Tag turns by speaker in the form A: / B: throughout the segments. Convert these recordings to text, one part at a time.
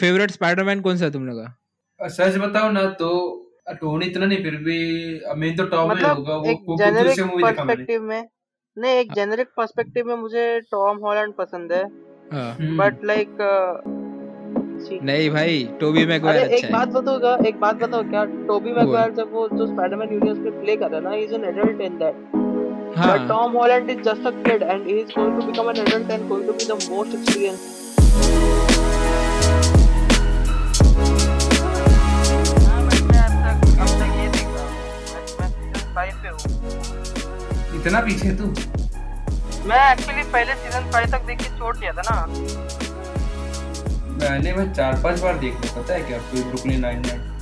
A: Favourite Spiderman कौन सा है तुम लोग का
B: अ, सच बताओ ना तो अ, टोनी इतना नहीं फिर भी अ, मेन तो टॉम ही होगा
C: मतलब
B: वो
C: एक
B: वो कुछ
C: जेनेरिक
B: दूसरे मूवी देखा मैंने हाँ।
C: पर्सपेक्टिव में नहीं एक जेनेरिक पर्सपेक्टिव में मुझे टॉम हॉलैंड पसंद है
A: हाँ।
B: हम्म,
C: बट लाइक
A: नहीं भाई टोबी
C: अरे
A: मैगवायर
C: एक
A: अच्छा है
C: बात बताओ क्या एक बात बताओ क्या टोबी
A: बोल।
C: मैगवायर जब वो जो स्पाइडरमैन यूनिवर्स में प्ले कर रहा है ना is an adult in that but
A: हाँ
C: Tom Holland is just a kid and he is going to become an adult and going to be the most experience
B: इतना पीछे तू
C: मैं एक्चुअली पहले सीजन फाइव तक देख के छोड़ दिया था ना
B: मैंने मैं चार पांच बार देख लिया पता है क्या कोई ब्रुकलिन नाइन नाइन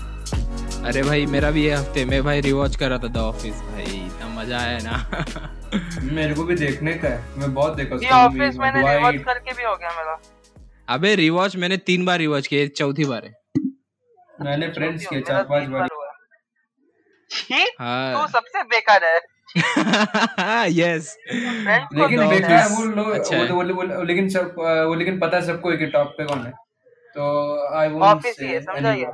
A: अरे भाई मेरा भी ये हफ्ते में भाई रिवॉच कर रहा था द ऑफिस भाई इतना मजा आया ना
B: मेरे को भी देखने का है मैं बहुत देखा
C: ये
B: उसको
C: ऑफिस मैंने रिवर्स
B: वाइट
C: करके भी हो गया मेरा
A: अबे रिवॉच मैंने तीन बार रिवॉच किया ये चौथी बार है
B: मैंने फ्रेंड्स किया
C: मेरा
B: चार पांच
C: तीन
B: बार
C: हुआ छी, तू
A: हाँ
C: सबसे बेकार है
A: यस
C: फ्रेंड्स को तो
A: The
B: लेकिन
C: देखना
B: बेकार
A: Office
B: वो लोग
A: अच्छा
B: वो
A: है।
B: तो वो- वो- वो- लेकिन सब वो लेकिन पता है सबको कि टॉप पे कौन है तो आई
C: है।
B: वोंट
C: ऑफिस ही
B: से
C: है समझा ये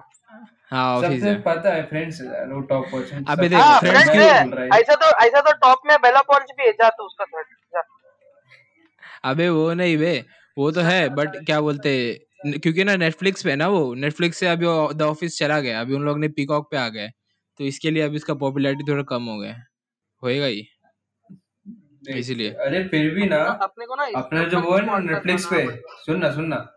A: हाँ ऑफिस
B: सबसे
A: है
B: पता है फ्रेंड्स वो टॉप पोजीशन
A: अबे देख,
C: हाँ
A: Friends
C: फ्रेंड्स
A: की
C: है
B: बोल रहा है
C: ऐसा तो ऐसा तो टॉप में बेला पॉन्च भी है जा तू उसका थर्ड जा तो-
A: अबे वो नहीं बे वो तो है बट क्या बोलते न- क्योंकि ना नेटफ्लिक्स पे है ना वो नेटफ्लिक्स से अभी द ऑफिस चला गया अभी उन लोग ने पीकॉक पे आ गए तो इसके लिए अभी इसका पॉपुलैरिटी थोड़ा कम हो गया है। होएगा ही
B: देख,
A: इसीलिए
B: अरे फिर भी ना
C: अपने को ना इस-
B: अपना हाँ? जो वो है ना
C: sponsor
B: नेटफ्लिक्स पे
C: करना
B: सुन ना सुन ना
A: हाँ,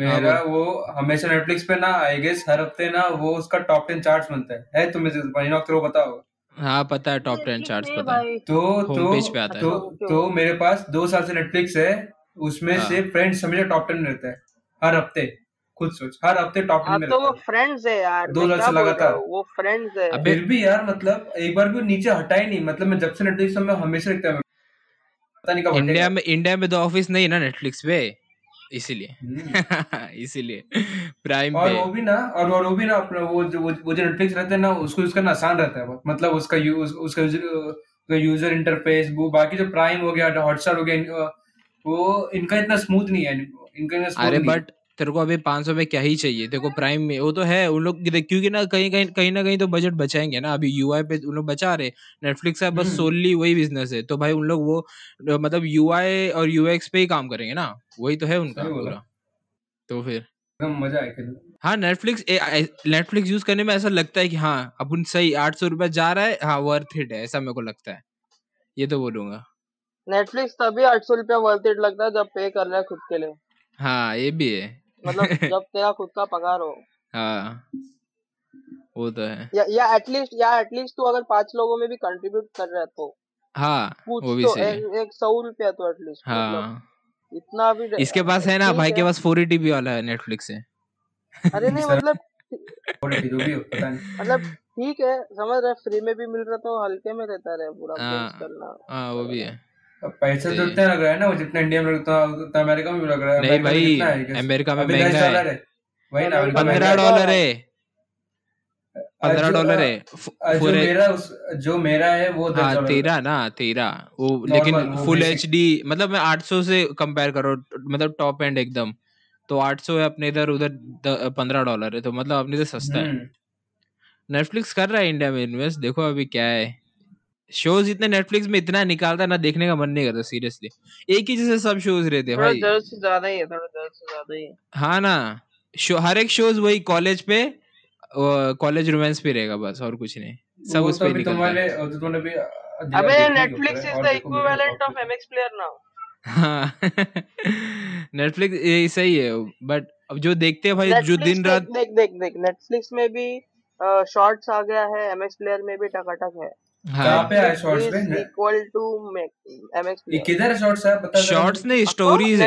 B: मेरा वो हमेशा नेटफ्लिक्स पे ना आई गेस हर हफ्ते ना वो उसका टॉप टेन चार्ट बनता है है तुम्हें से महीना तो बताओ
A: हाँ पता है टॉप टेन चार्ट पता है
B: तो
A: Home
B: तो
A: page पे आता है।
B: तो तो मेरे पास दो साल से नेटफ्लिक्स है उसमें
A: हाँ।
B: से फ्रेंड्स हमेशा टॉप टेन में रहता है हर हफ्ते खुद सोच हर हफ्ते टॉप टेन
C: हाँ
B: में
C: तो वो
B: रहता है
C: फ्रेंड्स है यार
B: दो
C: मैं
B: साल से
C: क्या बोल रहा
B: लगातार।
C: हूँ वो फ्रेंड्स है
A: अबे
B: फिर भी यार मतलब एक बार भी नीचे हटा ही नहीं मतलब मैं जब से नेटफ्लिक्स में हमेशा रखता है पता नहीं कब हटेगा
A: इंडिया में इंडिया में द ऑफिस नहीं है ना नेटफ्लिक्स पे इसीलिए
B: हम्म।
A: इसीलिए प्राइम
B: और
A: पे
B: वो भी ना और और वो भी ना अपना वो जो वो वो जो नेटफ्लिक्स रहता है ना उसको यूज करना आसान रहता है बहुत। मतलब उसका यूज उसका यूजर इंटरफेस वो बाकी जो प्राइम हो गया हॉटस्टार हो गया इन- अ, वो इनका इतना स्मूथ नहीं है इनका इतना स्मूथ
A: अरे
B: नहीं है।
A: बट तेरे को अभी 500 में क्या ही चाहिए तेरे को प्राइम में वो तो है उन लोग देख, क्योंकि ना कहीं कहीं कहीं ना कहीं तो बजट बचाएंगे ना अभी यूआई पे उन लोग बचा रहे नेटफ्लिक्स का बस
B: हम्म।
A: सोलली वही बिजनेस है तो भाई उन लोग वो अ, मतलब यूआई और यूएक्स पे ही काम करेंगे ना वही तो है उनका
B: सही बोला
A: पूरा तो फिर
B: एकदम मजा आया खेलने में।
A: हाँ नेटफ्लिक्स नेटफ्लिक्स यूज करने में ऐसा लगता है कि हाँ अपन सही आठ सौ रुपया जा रहा है हाँ वर्थ इट है ऐसा मेरे को लगता है ये तो बोलूंगा
C: नेटफ्लिक्स तभी आठ सौ रुपया वर्थ इट लगता है जब पे कर रहा है खुद के लिए
A: हाँ ये भी है
C: मतलब जब तेरा खुद का पगार हो
A: हाँ वो तो है
C: या या एटलीस्ट या एटलीस्ट तू अगर पांच लोगों में भी कंट्रीब्यूट कर रहा है तो
A: हाँ
C: कुछ
A: वो भी
C: तो
A: सही है
C: एक, एक सौ रुपया तो एटलीस्ट मतलब
A: हाँ
C: इतना भी डे-
A: इसके पास है ना
C: ठीक
A: भाई के
C: है
A: पास फोर टीबी वाला है नेटफ्लिक्स से
C: अरे नहीं
B: सर-
C: मतलब
B: और जो भी हो पता नहीं
C: मतलब ठीक है समझ रहा फ्री में भी मिल रहा तो हल्के में रहता रहे पूरा
A: हाँ
C: binge करना
A: हाँ, वो भी है
B: अब पैसा तो
A: सही है
B: उतना लग रहा है ना वो जितना इंडिया में लगता है, उतना अमेरिका में भी लग रहा है
A: नहीं
B: अमेरिका में
A: भाई
B: कितना है guess?
A: अमेरिका में
B: अभी दस
A: महंगा है
B: डॉलर है वही ना अमेरिका महंगा
C: अमेरिका में
A: पंद्रह
B: है
C: महंगा
A: डॉलर
C: है
A: है पंद्रह
B: जो
A: डॉलर है
B: अ, जो
A: फुल
B: मेरा उस जो मेरा है वो दस
A: हाँ
B: डॉलर का है।
A: तेरह ना तेरह वो लेकिन
B: नॉर्मल वो
A: फुल एच
B: बेसिक
A: डी मतलब मैं आठ सौ से कंपेयर करो मतलब टॉप एंड एकदम तो आठ सौ है अपने इधर उधर पंद्रह डॉलर है तो मतलब अपने इधर सस्ता है
B: हम्म
A: नेटफ्लिक्स कर रहा है इंडिया में इन्वेस्ट देखो अभी क्या है शोज इतने नेटफ्लिक्स में इतना निकालता है ना देखने का मन नहीं करता सीरियसली एक ही जैसे सब शोज रहते हैं
C: थोड़ा
A: भाई
C: जरूरत से ज्यादा ही है थोड़ा जरूरत से ज्यादा ही है
A: हाँ ना शो हर एक शोज वही कॉलेज पे कॉलेज रोमांस पे रहेगा बस और कुछ नहीं सब
B: वो
A: उस
B: तो
A: पे
B: अभी
A: निकलता है
B: तुम्हारे वो तो तुमने भी अ, दिया
C: अबे
B: देखने के ऊपर है और देखो मेरा
C: Netflix is the equivalent
B: top
C: of MX player now
A: हाँ नेटफ्लिक्स ये सही है बट अब जो देखते हैं भाई जो
C: नेटफ्लिक्स
A: दिन
C: देख
A: रात
C: देख देख देख नेटफ्लिक्स में भी शॉर्ट्स आ गया है एमएक्स प्लेयर में भी टकाटक है
B: कहाँ
A: हाँ
B: पे आया
C: नेटफ्लिक्स
B: शॉर्ट्स पे
C: इज
B: ने-
C: इक्वल टू एमएक्स
B: ये
C: प्लेयर
B: किधर है शॉर्ट्स है बता जरा
A: शॉर्ट्स
B: मुझे
A: नहीं
C: ऑफ कोर्स
A: स्टोरीज है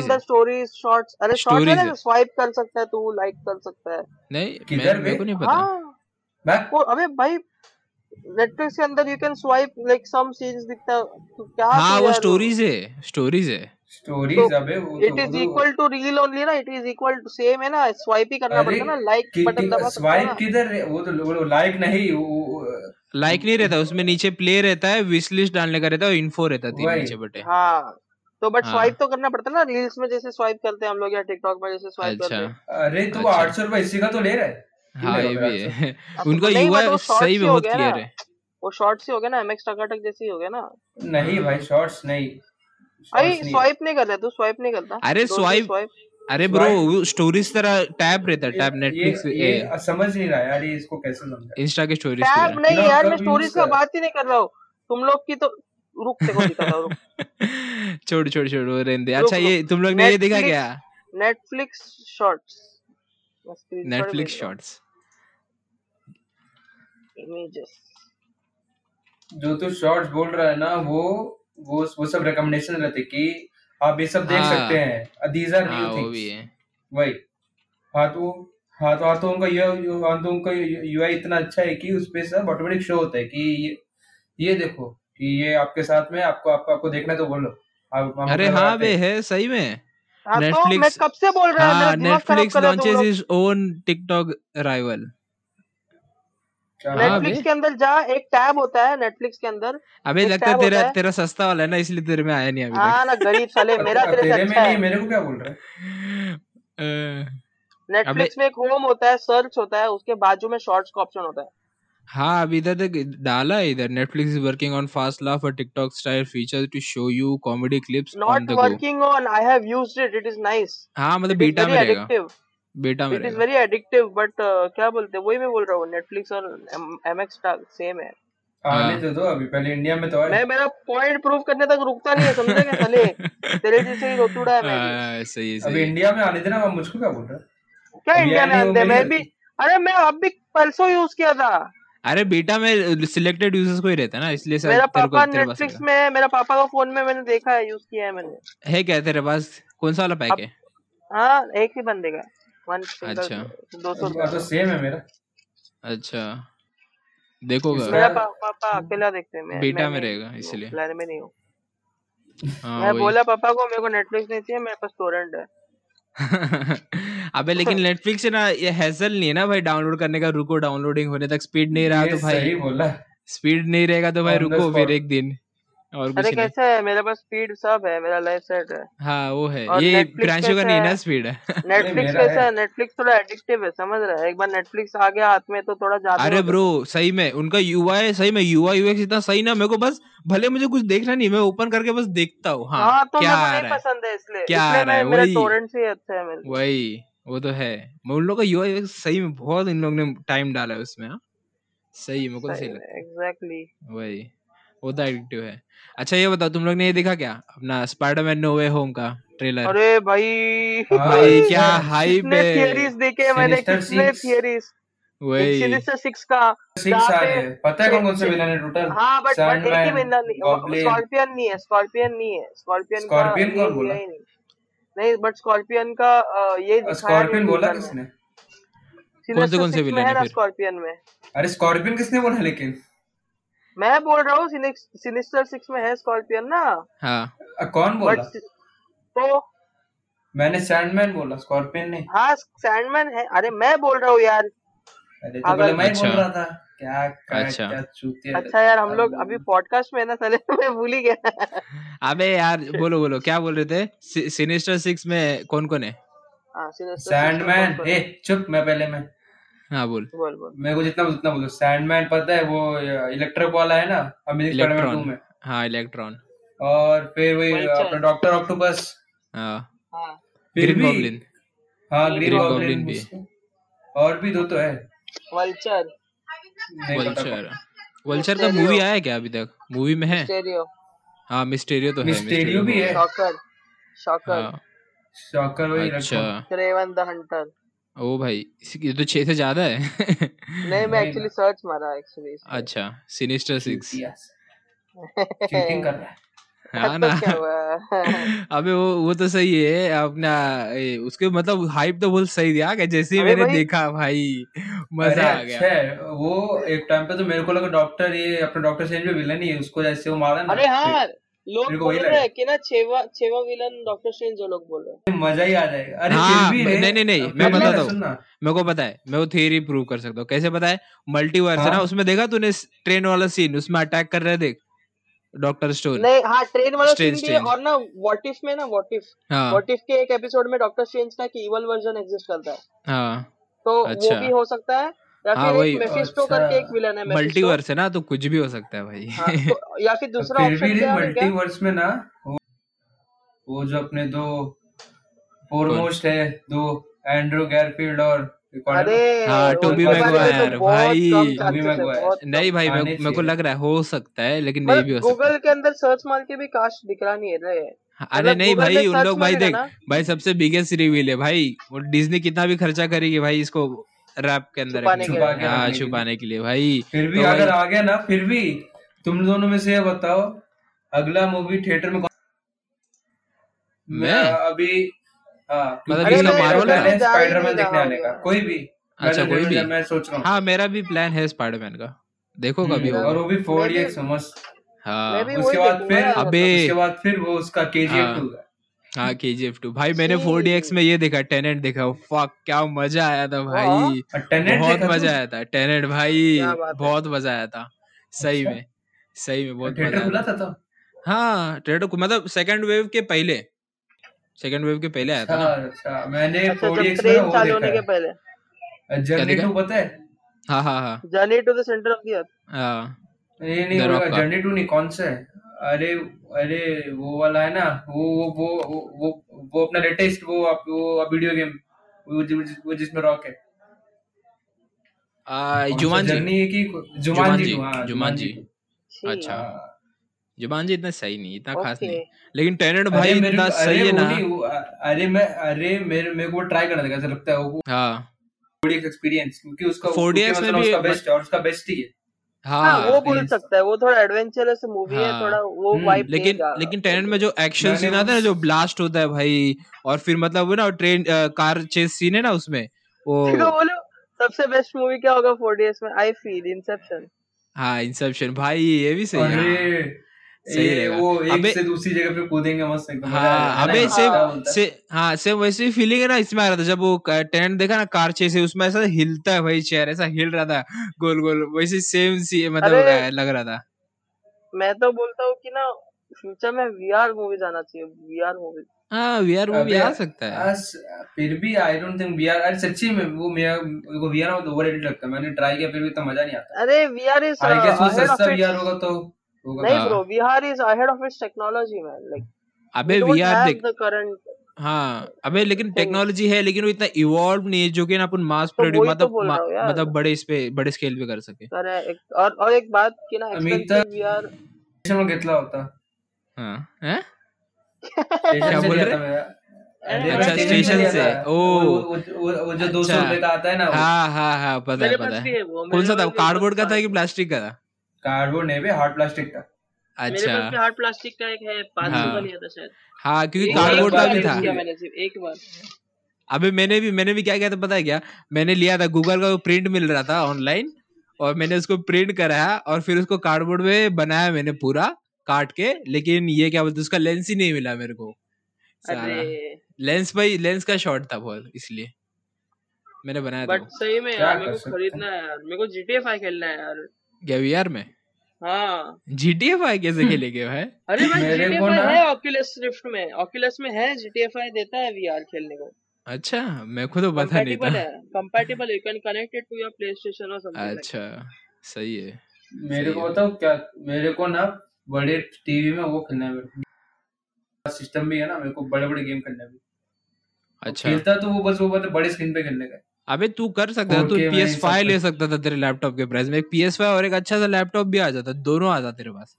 A: स्टोरीज
C: तो के अंदर
A: है
C: स्टोरीज शॉर्ट्स अरे शॉर्ट्स है
A: स्टोरीज
C: ना
A: है
C: स्वाइप कर सकता है तू लाइक कर सकता है
A: नहीं मैं
B: किधर
A: मेरे
B: बे
A: को नहीं पता
C: हाँ
B: मैं
C: को अबे भाई नेटफ्लिक्स के अंदर you can swipe like some scenes दिखता है तो क्या
A: हाँ
C: तू
A: वो
C: यार
A: स्टोरीज है स्टोरीज है
C: तो
B: स्टोरीज अबे वो तो
C: इट
B: वो
C: इज
B: तो
C: इक्वल टू रील ओनली ना it is equal to same है ना स्वाइप ही करना
B: अरे
C: पड़ता है ना लाइक बटन दबा सकता है
B: स्वाइप
C: ना
B: किधर है वो तो वो लाइक नहीं वो वो-
A: लाइक नहीं रहता उसमें नीचे प्ले रहता है विश लिस्ट डालने का रहता है और इन्फो रहता है तीन
B: वही
A: नीचे बटे
C: हाँ तो बट
A: हाँ।
C: स्वाइप तो करना पड़ता है ना रील्स में जैसे स्वाइप करते हैं हम लोग या टिकटॉक में जैसे स्वाइप करते
A: अच्छा
C: हैं
B: अरे तो
A: अच्छा।
B: आठ सौ रुपए इसी का तो ले रहा है क्यों
A: हाँ
B: ले
A: ये
B: रहा
A: भी
B: है
A: है
C: अब तो
A: उनका
C: नहीं,
A: युवा
C: but वो shorts
A: सही
C: ही हो
A: बहुत
C: गया
A: क्लियर
C: ना।
A: है
C: वो शॉर्ट्स ही हो गया ना एमएक्स टकाटक जैसे ही हो गया ना
B: नहीं
A: हाँ।
B: भाई शॉर्ट्स नहीं
C: अरे
B: Shorts नहीं।
C: स्वाइप नहीं करता तू स्वाइप नहीं करता
A: अरे
C: Don't you
A: स्वाइप
C: swipe?
A: अरे ब्रो
B: Swipe-
A: वो स्टोरीज तरह टैब रहता है
B: ये-
A: टैब नेटफ्लिक्स
B: ये, ये समझ नहीं रहा यार ये इसको कैसे समझा
A: इंस्टा के स्टोरीज की
C: टैब
A: तरह
C: नहीं
B: ना
C: यार मैं
B: कब
C: स्टोरीज
B: use
C: का
B: कर।
C: बात ही नहीं कर रहा हूँ तुम लोग की तो रुक देखो दिखाता हूँ
A: छोड़ छोड़ छोड़ वो रहने दे
C: रुक,
A: अच्छा ये
C: रुक।
A: तुम लोग ने ये देखा
C: Netflix-
A: क्या
C: Netflix shorts
A: Netflix shorts
C: images
B: जो तू शॉर्ट्स बोल रहा है ना वो वो वो सब रिकमेंडेशन रहते कि आप ये सब देख
A: हाँ।
B: सकते हैं दीज आर
A: हाँ
B: न्यू
A: वो भी
B: थिंग्स
A: है
B: वही हाथों हाथों हाथों का यह हाथों का यूआई इतना अच्छा है कि उस पे सब ऑटोमेटिक शो होता है कि ये ये देखो कि ये आपके साथ में आपको आपको आपको देखना है तो बोलो आप मतलब हम
A: अरे
B: अपना
A: हाँ
B: लगाते
A: बे
B: हैं।
A: है सही में
C: हाँ तो
A: Netflix-
C: मैं कब से बोल रहा हूँ मेरा
A: हाँ
C: दिमाग खराब
A: नेटफ्लिक्स
C: कर रहे हो तुम
A: लॉन्चेस
C: लोग
A: इज ओन टिकटॉक राइवल
B: क्या
A: हाँ,
B: बात है?
C: नेटफ्लिक्स के अंदर जा एक टैब होता है नेटफ्लिक्स के अंदर
A: अबे
C: एक
A: लगता
C: tab
A: तेरा
C: होता है।
A: तेरा सस्ता वाला है ना इसलिए तेरे में आया नहीं अभी
C: हाँ ना गरीब साले मेरा
B: अब
C: तेरे से
B: तेरे में
C: अच्छा
B: नहीं
C: है
B: मेरे को क्या बोल रहा है
A: तक
C: हाँ।
A: अ,
C: नेटफ्लिक्स में एक होम होता है सर्च होता है उसके बाजू में शॉर्ट्स का ऑप्शन होता है
A: हाँ अभी इधर तक डाला है इधर Netflix is working on fast laugh और TikTok style feature to show you comedy clips on
C: not
A: the go
C: working on I have used it it is nice
A: हाँ मतलब
C: इट इज
A: बीटा
C: वेरी
A: में रहेगा
C: addictive
A: beta में
C: it is
A: रहेगा
C: very addictive but uh, क्या बोलते हैं वही मैं बोल रहा हूँ नेटफ्लिक्स और एमएक्स सेम है
B: आने
A: हाँ।
B: तो दो अभी पहले इंडिया में तो
C: मैं
B: आए
C: मेरा पॉइंट प्रूव करने तक रुकता नहीं है समझे क्या साले तेरे जैसे ही रोतूड़ा है मैं भी।
A: हाँ, सही है
B: अभी
A: सही है
B: इंडिया में आने देना अब मुझको क्या बोल रहा है
C: क्या
B: अभी
C: इंडिया में
B: आने
C: आते हैं?
B: मुंबई
C: मैं
B: आते
C: भी
B: हैं।
C: अरे मैं अब भी परसों यूज किया था
A: अरे बीटा में सिलेक्टेड यूजर्स को ही रहता है ना इसलिए शायद
C: मेरा
A: तेरे को
C: पापा
A: तेरे पास
C: नेटफ्लिक्स
A: होगा।
C: में मेरा पापा का फोन में मैंने देखा है यूज किया है मैंने
A: है क्या तेरे पास कौन सा वाला पैक
C: अब-
A: है
C: हाँ एक ही बंदे का वन सिंगल
A: अच्छा
C: दो
B: अब-
C: सौ
B: अब तो
C: रुपये
B: सेम है मेरा
A: अच्छा देखोगा
B: इसका-
C: मेरा पा, पापा अकेला देखते हैं मैं
A: बीटा
C: मैं
A: में
C: नहीं
A: रहेगा
C: हूँ,
A: इसलिए
C: plan में नहीं हूँ
A: हाँ
C: मैं
A: वही
C: बोला पापा को मेरे को नेटफ्लिक्स नहीं चाहिए मेरे पास टोरेंट है
A: अबे लेकिन नेटफ्लिक्स ना ये हैसल नहीं है ना भाई डाउनलोड करने का रुको डाउनलोडिंग होने तक स्पीड नहीं रहा
B: ये
A: तो भाई
B: सही बोला
A: स्पीड नहीं रहेगा तो भाई
B: On the
A: रुको फिर
B: spot.
A: एक दिन और
C: अरे
A: कुछ नहीं
C: कैसा है मेरे पास स्पीड सब है मेरा लाइफ सेट है
A: हाँ वो है
C: और
A: ये
C: Netflix
A: प्रांशु का
C: कैसा
A: नहीं ना
C: है?
A: स्पीड है
C: नेटफ्लिक्स
B: मेरा
C: कैसा
B: है।
C: है नेटफ्लिक्स थोड़ा एडिक्टिव है समझ रहा है एक बार नेटफ्लिक्स आ गया हाथ में तो थोड़ा जादू
A: अरे
C: हो
A: ब्रो सही में उनका युवा है सही में युवा यूएक्स इतना सही ना मेरे को बस भले मुझे कुछ देखना नहीं मैं ओपन करके बस देखता हूँ
C: जाता है। हाँ
A: हाँ
C: तो
A: क्या आ रहा
C: मेरे को नहीं
A: है
C: पसंद है इसलिए
A: क्या आ
C: इसलिए
A: रहा
C: मैं
A: है
C: मेरा
A: वही
C: टोरेंट से ही अच्छा है मेरे लिए।
A: वही वो तो है मैं उन लोग का युवा यूएक्स सही में बहुत इन लोग ने टाइम डाला है उसमें हाँ सही मेरे को तो सही
C: सही
A: लगता
C: में एग्जैक्टली
A: है वही वो तो एडिक्टिव है अच्छा ये बताओ तुम लोग ने ये देखा क्या अपना स्पाइडरमैन नो वे होम का ट्रेलर
C: अरे भाई
B: हाँ,
A: भाई
B: इसमें
A: क्या हाइप
C: कितने थियरीज
A: है
C: देखे मैंने
B: Sinister
C: कितने
B: Six,
C: थियरीज एक
A: वही
C: सिनिस्टर सिक्स का
B: Six
C: जहाँ
B: आ
C: पे
B: रहे हैं पता है कौन कौन से
C: से-
B: विलन है टोटल
C: हाँ बट बट एक ही
B: सैंडमैन
C: विलन नहीं
B: गॉब्लिन
C: स्कॉर्पियन नहीं है स्कॉर्पियन नहीं है स्कॉर्पियन का
B: स्कॉर्पियन
C: ये
B: कौन
C: दिया
B: बोला
C: ही नहीं नहीं बट स्कॉर्पियन का अ, ये दिखाया नहीं
B: स्कॉर्पियन बोला
C: टीजर में
B: किसने
A: कौन से कौन
C: सिनेस्टर
A: से
C: सिक्स
A: विलेन
C: में है
A: है
C: ना
A: फिर
C: स्कॉर्पियन में
B: अरे स्कॉर्पियन किसने बोला लेकिन
C: मैं बोल रहा हूँ सिनिस्टर सिक्स में है स्कॉर्पियन ना
A: हाँ
B: अ, कौन
C: बट
B: बोला
C: तो
B: मैंने सैंडमैन बोला स्कॉर्पियन नहीं
C: हाँ सैंडमैन है अरे मैं बोल रहा हूँ यार
B: अरे तो
C: अगर-
B: पहले मैं ही बोल
A: अच्छा।
B: रहा था क्या क्या
A: अच्छा।
B: क्या चूतिया
C: अच्छा यार हम लोग अभी पॉडकास्ट में है ना साले मैं भूल ही गया
A: अबे यार बोलो बोलो क्या बोल रहे थे सिनिस्टर सिक्स में कौन कौन है
C: हाँ सिनेस्टर
B: सैंडमैन
C: तो-
B: ए चुप मैं पहले मैं
A: हाँ बोल
C: बोल बोल
B: मेरे को जितना उतना बोलो सैंडमैन पता है वो इलेक्ट्रिक वाला है ना अमेजिंग स्पाइडरमैन 2
A: इलेक्ट्रॉन
B: में
A: हाँ इलेक्ट्रॉन
B: और फिर वही
C: Vulture.
B: अपना डॉक्टर ऑक्टोपस
A: हाँ
C: हाँ
B: फिर
A: ग्रीन
B: भी
A: गॉब्लिन
B: हाँ
C: Green
B: ग्रीन
A: Goblin
B: गॉब्लिन
A: भी।
B: और भी दो तो है
C: वल्चर
B: नहीं पता
A: वल्चर वल्चर का
C: Mysterio.
A: मूवी आया है क्या अभी तक मूवी में है
C: स्टेरियो
A: हाँ मिस्टेरियो तो है
B: मिस्टेरियो
A: Mysterio
B: भी
A: movie
B: है
C: शॉकर शॉकर
A: हाँ
B: शॉकर वही
A: अच्छा
B: रखो
C: क्रेवन द हंटर
A: ओ भाई इसकी ये तो छह से ज्यादा है
C: नहीं मैं
B: वही
C: एक्चुअली सर्च मारा एक्चुअली
A: अच्छा सिनिस्टर सिक्स
B: चीटिंग कर रहा है
A: हाँ
C: तो
A: ना
C: क्या हुआ
A: अबे वो वो तो सही है अपना ए, उसके मतलब हाइप तो बहुत सही दिया कि जैसे ही
C: अरे
A: मैंने
C: भाई।
A: देखा भाई
B: अरे
A: मजा आ गया
B: अच्छा है वो एक टाइम पे तो मेरे को लगा डॉक्टर ये अपना डॉक्टर सेंज में विलन ही है उसको जैसे वो मारा ना
C: अरे हाँ लोग
B: मेरे को
C: बोल
B: वही
C: रहे
B: लगा
C: हैं कि ना छेवा छेवा विलन डॉक्टर स्ट्रेंज जो लोग बोल रहे हैं
B: मजा ही आ जाएगा अरे
A: हाँ,
B: फिर भी मतलब
A: मैं- नहीं,
B: रे,
A: नहीं, नहीं,
B: फिर
A: मैं
B: भी
A: बताता
B: रे,
A: हूँ।
B: सुनना
A: मेरे को पता है मैं वो थियरी प्रूव कर सकता हूँ कैसे पता है मल्टीवर्स है ना
B: हाँ
A: उसमें देखा तूने ट्रेन वाला सीन उसमें अटैक कर रहे देख डॉक्टर स्टोन
C: नहीं हाँ ट्रेन वाला
A: Strange,
C: सीन भी है
A: strange.
C: और ना व्हाट इफ में ना व्हाट इफ
A: हाँ
C: व्हाट इफ के एक एपिसोड में डॉक्टर स्ट्रेंज का इवल वर्जन एग्जिस्ट करता है
A: हाँ
C: तो
A: अच्छा।
C: वो भी हो सकता है या
A: हाँ,
C: फिर
A: वही।
C: एक मेफिस्टो
B: अच्छा।
C: करके एक विलन है Mephisto।
A: मल्टीवर्स है ना तो कुछ भी हो सकता है भाई
C: हाँ, तो- या फिर दूसरा
B: फिर
C: ऑप्शन
B: भी
C: क्या है क्या
B: मल्टीवर्स में ना वो, वो जो अपने दो फोरमोस्ट है दो एंड्रू गैरफील्ड और
C: अरे
A: हाँ,
C: उनके
A: टोबी
C: बारे में तो
A: मैगवायर,
C: बहुत
A: भाई।
C: कम
A: टोबी
C: chances है,
B: मैगवायर।
C: बहुत कम।
A: नहीं भाई
B: तो आने
A: मेरे को- मेरे को
B: चाहिए।
A: लग रहा है हो सकता है लेकिन नहीं भी हो
C: मतलब
A: सकता है
C: गूगल के अंदर सर्च मार के भी कास्ट दिखला नहीं है रे
A: हाँ, अरे
C: मतलब
A: नहीं
C: Google
A: भाई
C: पे
A: उन
C: search
A: लोग भाई
C: मारेगा
A: देख
C: ना।
A: भाई सबसे बिगेस्ट रिवील है भाई और डिज्नी कितना भी खर्चा करेगी भाई इसको रैप के अंदर रखने
B: के
C: छुपाने
A: के लिए।
B: लिए।
A: हाँ
B: छुपा के
A: छुपाने
B: रखने के लिए।
A: के लिए भाई
B: फिर भी
A: तो
B: अगर
A: भाई-
B: आ गया ना फिर भी तुम दोनों में से ये बताओ अगला मूवी थिएटर में कौन
A: मैं?
B: अभी हाँ,
A: मतलब
B: क्योंकि
A: इसका
B: मेरा
A: Marvel का?
B: plan है
C: जा ही नहीं
B: स्पाइडरमैन देखने
C: रहा
B: आने का
C: हूँ।
B: कोई भी
A: अच्छा,
B: मैं-
A: कोई भी?
B: मैं- मैं सोच रहा हूँ
A: हाँ मेरा भी प्लान है स्पाइडरमैन का देखो कभी
B: हम्म, और
A: होगा
B: वो भी फोर
C: मैं भी-
B: डी समझ
A: हाँ
C: मैं भी
B: उसके
C: वही
B: बाद
C: देखूंगा
B: फिर
C: यार,
A: अबे
B: उसके बाद फिर वो उसका के जी
A: हाँ।
B: टू
A: हाँ के जी एफ टू भाई मैंने फोर डी एक्स में ये देखा टेनेंट देखा फक क्या मजा आया था
C: वाह।
A: भाई
B: टेनेट
A: बहुत मजा आया था टेनेंट भाई
C: क्या बात है।
A: बहुत मजा आया था सही
B: अच्छा।
A: में सही में बहुत मजा
B: थिएटर
A: आया
B: खुला
A: था
B: था तब
A: हाँ ट्रेडर को मतलब सेकंड वेव के पहले सेकंड वेव के पहले आया था
B: अच्छा
A: ना
B: अच्छा मैंने
C: अच्छा
B: फोर डी
C: जब
B: एक्स में ना
C: ट्रेन
B: वो
C: चालू होने के
B: देखा
C: पहले
B: है जर्नी
A: देखा?
B: टू पता है अच्छा।
A: हाँ हाँ हाँ
C: journey to the centre of the earth
A: हाँ
B: नहीं
A: The Rock
B: नहीं
A: का।
B: जर्नी टू नहीं कौन सा है अरे अरे वो वाला है ना वो वो वो वो- वो वो अपना लेटेस्ट वो आप वो वीडियो गेम वो जि- जि- वो जिसमें रॉक है
A: आ,
B: कौन सा
A: जुमानजी
B: जर्नी है कि जुमान जी
A: जुमानजी,
B: हाँ जुमान
A: जुमानजी।
B: जी
A: अच्छा। जुबानजी इतना सही नहीं इतना खास नहीं
C: ओके
A: लेकिन टेनेंट तो
B: अरे
A: भाई
B: मेरे
A: इतना
B: को
A: सही
B: अरे
A: है
B: वो
A: ना
B: नहीं वो- अरे मैं अरे मेरे मेरे को वो ट्राई करना था ऐसा लगता है वो
A: हाँ
B: एक्सपीरियंस क्योंकि उसका
A: 4DX
B: क्योंकि
A: में
B: मतलब
A: भी-
B: उसका बेस्ट है और उसका बेस्ट ही है
C: हाँ
A: हाँ
C: वो बोल
B: experience.
C: सकता है वो थोड़ा एडवेंचरस मूवी है
A: हाँ।
C: थोड़ा वो
B: हम्म,
C: वाइब
A: लेकिन लेकिन टेनेंट में जो एक्शन
B: मैंने
A: सीन
B: वो-
A: आता है ना जो ब्लास्ट होता है भाई और फिर मतलब वो ना ट्रेन कार चेस सीन है ना उसमें वो
C: बोलो सबसे बेस्ट मूवी क्या होगा 4ds में आई फील इंसेप्शन
A: हाँ इंसेप्शन भाई ये भी सही है
B: अरे
A: सही
B: ये
A: रहेगा।
B: वो एक
A: अबे-
B: से दूसरी जगह पे कूदेंगे मस्त एकदम मजा आएगा,
A: हाँ
B: है ना?
A: अबे
B: हाँ,
A: सेम
B: क्या बोलता है?
A: से हाँ सेम वैसी फीलिंग है ना इसमें आ रहा था जब वो टेंट देखा ना कार चेस है, उसमें ऐसा हिलता है भाई चेयर ऐसा हिल रहा था गोल गोल वैसे सेम सी मतलब
C: अरे!
A: अ, लग रहा था
C: मैं तो बोलता हूँ कि ना फ्यूचर में वीआर मूवीज आना चाहिए वीआर मूवीज
A: हाँ वीआर वो भी
B: अबे,
A: आ सकता है
B: अस- फिर भी आई डोंट थिंक वीआर अरे सच्ची में वो मेरा मेरे को वीआर में तो ओवररेटेड लगता है मैंने ट्राई किया फिर भी इतना मजा नहीं आता
C: अरे वीआर इज
B: आई गेस वो सस्ता वीआर
C: नहीं
B: होगा तो होगा
A: नहीं,
C: bro VR is ahead of its technology man like we
A: अबे
C: डोंट
A: वीआर
C: हैव
A: देख
C: द करंट
A: हाँ अबे लेकिन
C: Thing.
A: टेक्नोलॉजी है लेकिन वो इतना इवॉल्व नहीं है जो कि ना अपन मास
C: तो
A: प्रोड्यूस
C: वही तो
A: मतलब
C: बोल
A: मा-
C: रहा हूँ यार।
A: मतलब बड़े इस पे बड़े स्केल पे कर सके
C: अरे एक- और और एक बात कि ना
B: अमिता-
C: एक्सपेंसिव वीआर
B: स्टेशन घेतला होता
A: हाँ हैं?
B: स्टेशन से
A: बोल
B: लिया
A: रहे?
B: था मेरा अरे,
C: अच्छा,
B: मैंने
C: स्टेशन
B: लिया
C: से,
B: था।
A: ओ।
B: वो वो- वो- वो जो दो सौ
A: अच्छा।
B: रुपए का आता है ना वो
A: हाँ हाँ हाँ पता है
C: मेरे
A: पता
C: पास भी
A: है
C: है वो
A: कौन
C: मेरे
A: सा था
C: पास भी
A: कार्डबोर्ड का
C: बहुत
A: था कि
C: सारे-
A: प्लास्टिक का था
B: कार्डबोर्ड नहीं बे हार्ड प्लास्टिक का
C: मेरे
A: अच्छा
C: पास भी हार्ड प्लास्टिक का एक है पाँच सौ
A: हाँ।
C: का लिया था शायद
A: हाँ क्योंकि
C: एक
B: वो
A: कार्डबोर्ड
C: बार
A: का
B: वाला
A: भी
C: use
A: था
B: भी
C: किया
B: है।
C: मैंने सिर्फ एक बार
A: अबे मैंने भी मैंने भी क्या किया था पता है क्या मैंने लिया था गूगल का वो प्रिंट मिल रहा था ऑनलाइन और मैंने उसको प्रिंट कराया और फिर उसको कार्डबोर्ड में बनाया मैंने पूरा काट के लेकिन ये क्या बोलते उसका लेंस ही नहीं मिला मेरे को सारा
C: अरे
A: लेंस भाई लेंस का शॉर्ट था बहुत इसलिए मैंने बनाया था
C: बट सही में
B: क्या
C: यार
B: कर
C: मेरे को
B: सकते
C: खरीदना है यार मेरे को GTA 5 खेलना है यार
A: गेवीआर में
C: हाँ
A: GTA 5 कैसे खेलेंगे भाई
C: अरे भाई
B: मेरे
C: GTA
B: को
C: 5
B: ना-
C: है Oculus Rift में Oculus में है GTA 5 देता है VR खेलने को
A: अच्छा मेरे को तो पता नहीं
C: कंपैटिबल
A: था
C: है compatible you can connect it to your PlayStation और समथिंग लाइक
A: अच्छा सही है
B: मेरे
A: सही
B: को
A: है।
B: बताओ क्या मेरे को ना बड़े टीवी में वो खेलना है मेरे को सिस्टम भी है ना मेरे को बड़े बड़े गेम खेलना है तो
A: अच्छा
B: खेलता तो वो बस वो बस बड़े स्क्रीन पे खेलने का है।
A: अबे तू कर सकता था
B: 4K
A: तू
B: में
A: PS5
B: सब कुछ।
A: ले सकता था तेरे लैपटॉप के प्राइस में एक PS5 और एक अच्छा सा लैपटॉप भी आ जाता दोनों आ जाते तेरे पास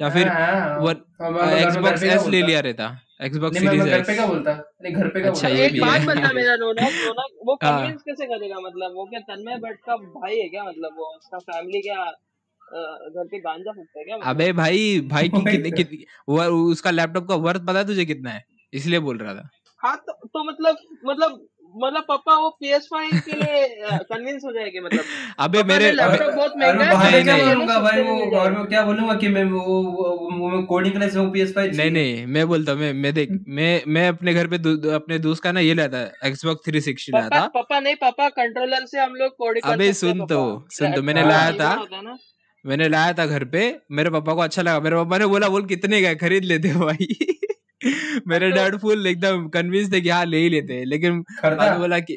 A: या फिर
B: हाँ, हाँ, हाँ।
A: वन-
B: और मैं- मैं घर- मैं घर
A: Xbox
B: पे क्या
A: S ले
B: बोलता?
A: लिया रहता Xbox
B: नहीं मैं मैं
A: सीरीज
B: घर पे क्या
A: X
B: बोलता नहीं घर पे क्या
A: अच्छा,
B: बोलता
A: ये
C: एक
A: भी
C: बात
A: है।
C: बता मेरा रोनक रोनक वो
A: हाँ।
C: कन्विंस कैसे करेगा मतलब वो क्या तन्मय भट्ट का भाई है क्या मतलब वो उसका फैमिली क्या अ, घर पे गांजा फूकता है क्या मतलब?
A: अबे भाई भाई की
B: वही
A: कितने
B: तो।
A: कितने वो- उसका लैपटॉप का वर्थ पता है तुझे कितना है इसलिए बोल रहा था
C: हाँ तो, तो मतलब मतलब मतलब पापा वो PS5 के लिए कन्विंस हो जाएंगे मतलब
A: अबे
C: पापा
A: मेरे
C: ने लैपटॉप
A: अबे-
C: बहुत
B: और
C: महंगा
B: मैं
C: है,
B: बाहर
A: नहीं,
B: में क्या
A: नहीं।
B: बोलूंगा भाई
C: सस्ते में
B: वो
C: मिल जाएगा।
B: और मैं क्या बोलूंगा कि मैं वो वो वो- मैं कोडिंग क्लास में पी एस फाइव
A: नहीं नहीं मैं बोलता हूँ मैं मैं देख
B: हम्म।
A: मैं मैं अपने घर पे दो, दो, अपने दोस्त का ना ये लाया था Xbox 360 लाया
C: पापा
A: था
C: पापा नहीं पापा कंट्रोलर से हम लोग कोडिंग
A: अबे सुन तो सुन तो मैंने
B: हाँ।
A: लाया था
C: होता है ना
A: मैंने लाया था घर पे मेरे पापा को अच्छा लगा मेरे पापा ने बोला बोल कितने का है? खरीद लेते हो भाई मेरे
C: अच्छा।
A: डैड फुल एकदम कन्विंस थे कि हाँ ले ही लेते हैं लेकिन बाद
C: अच्छा।
B: खरीदा
A: में बोला कि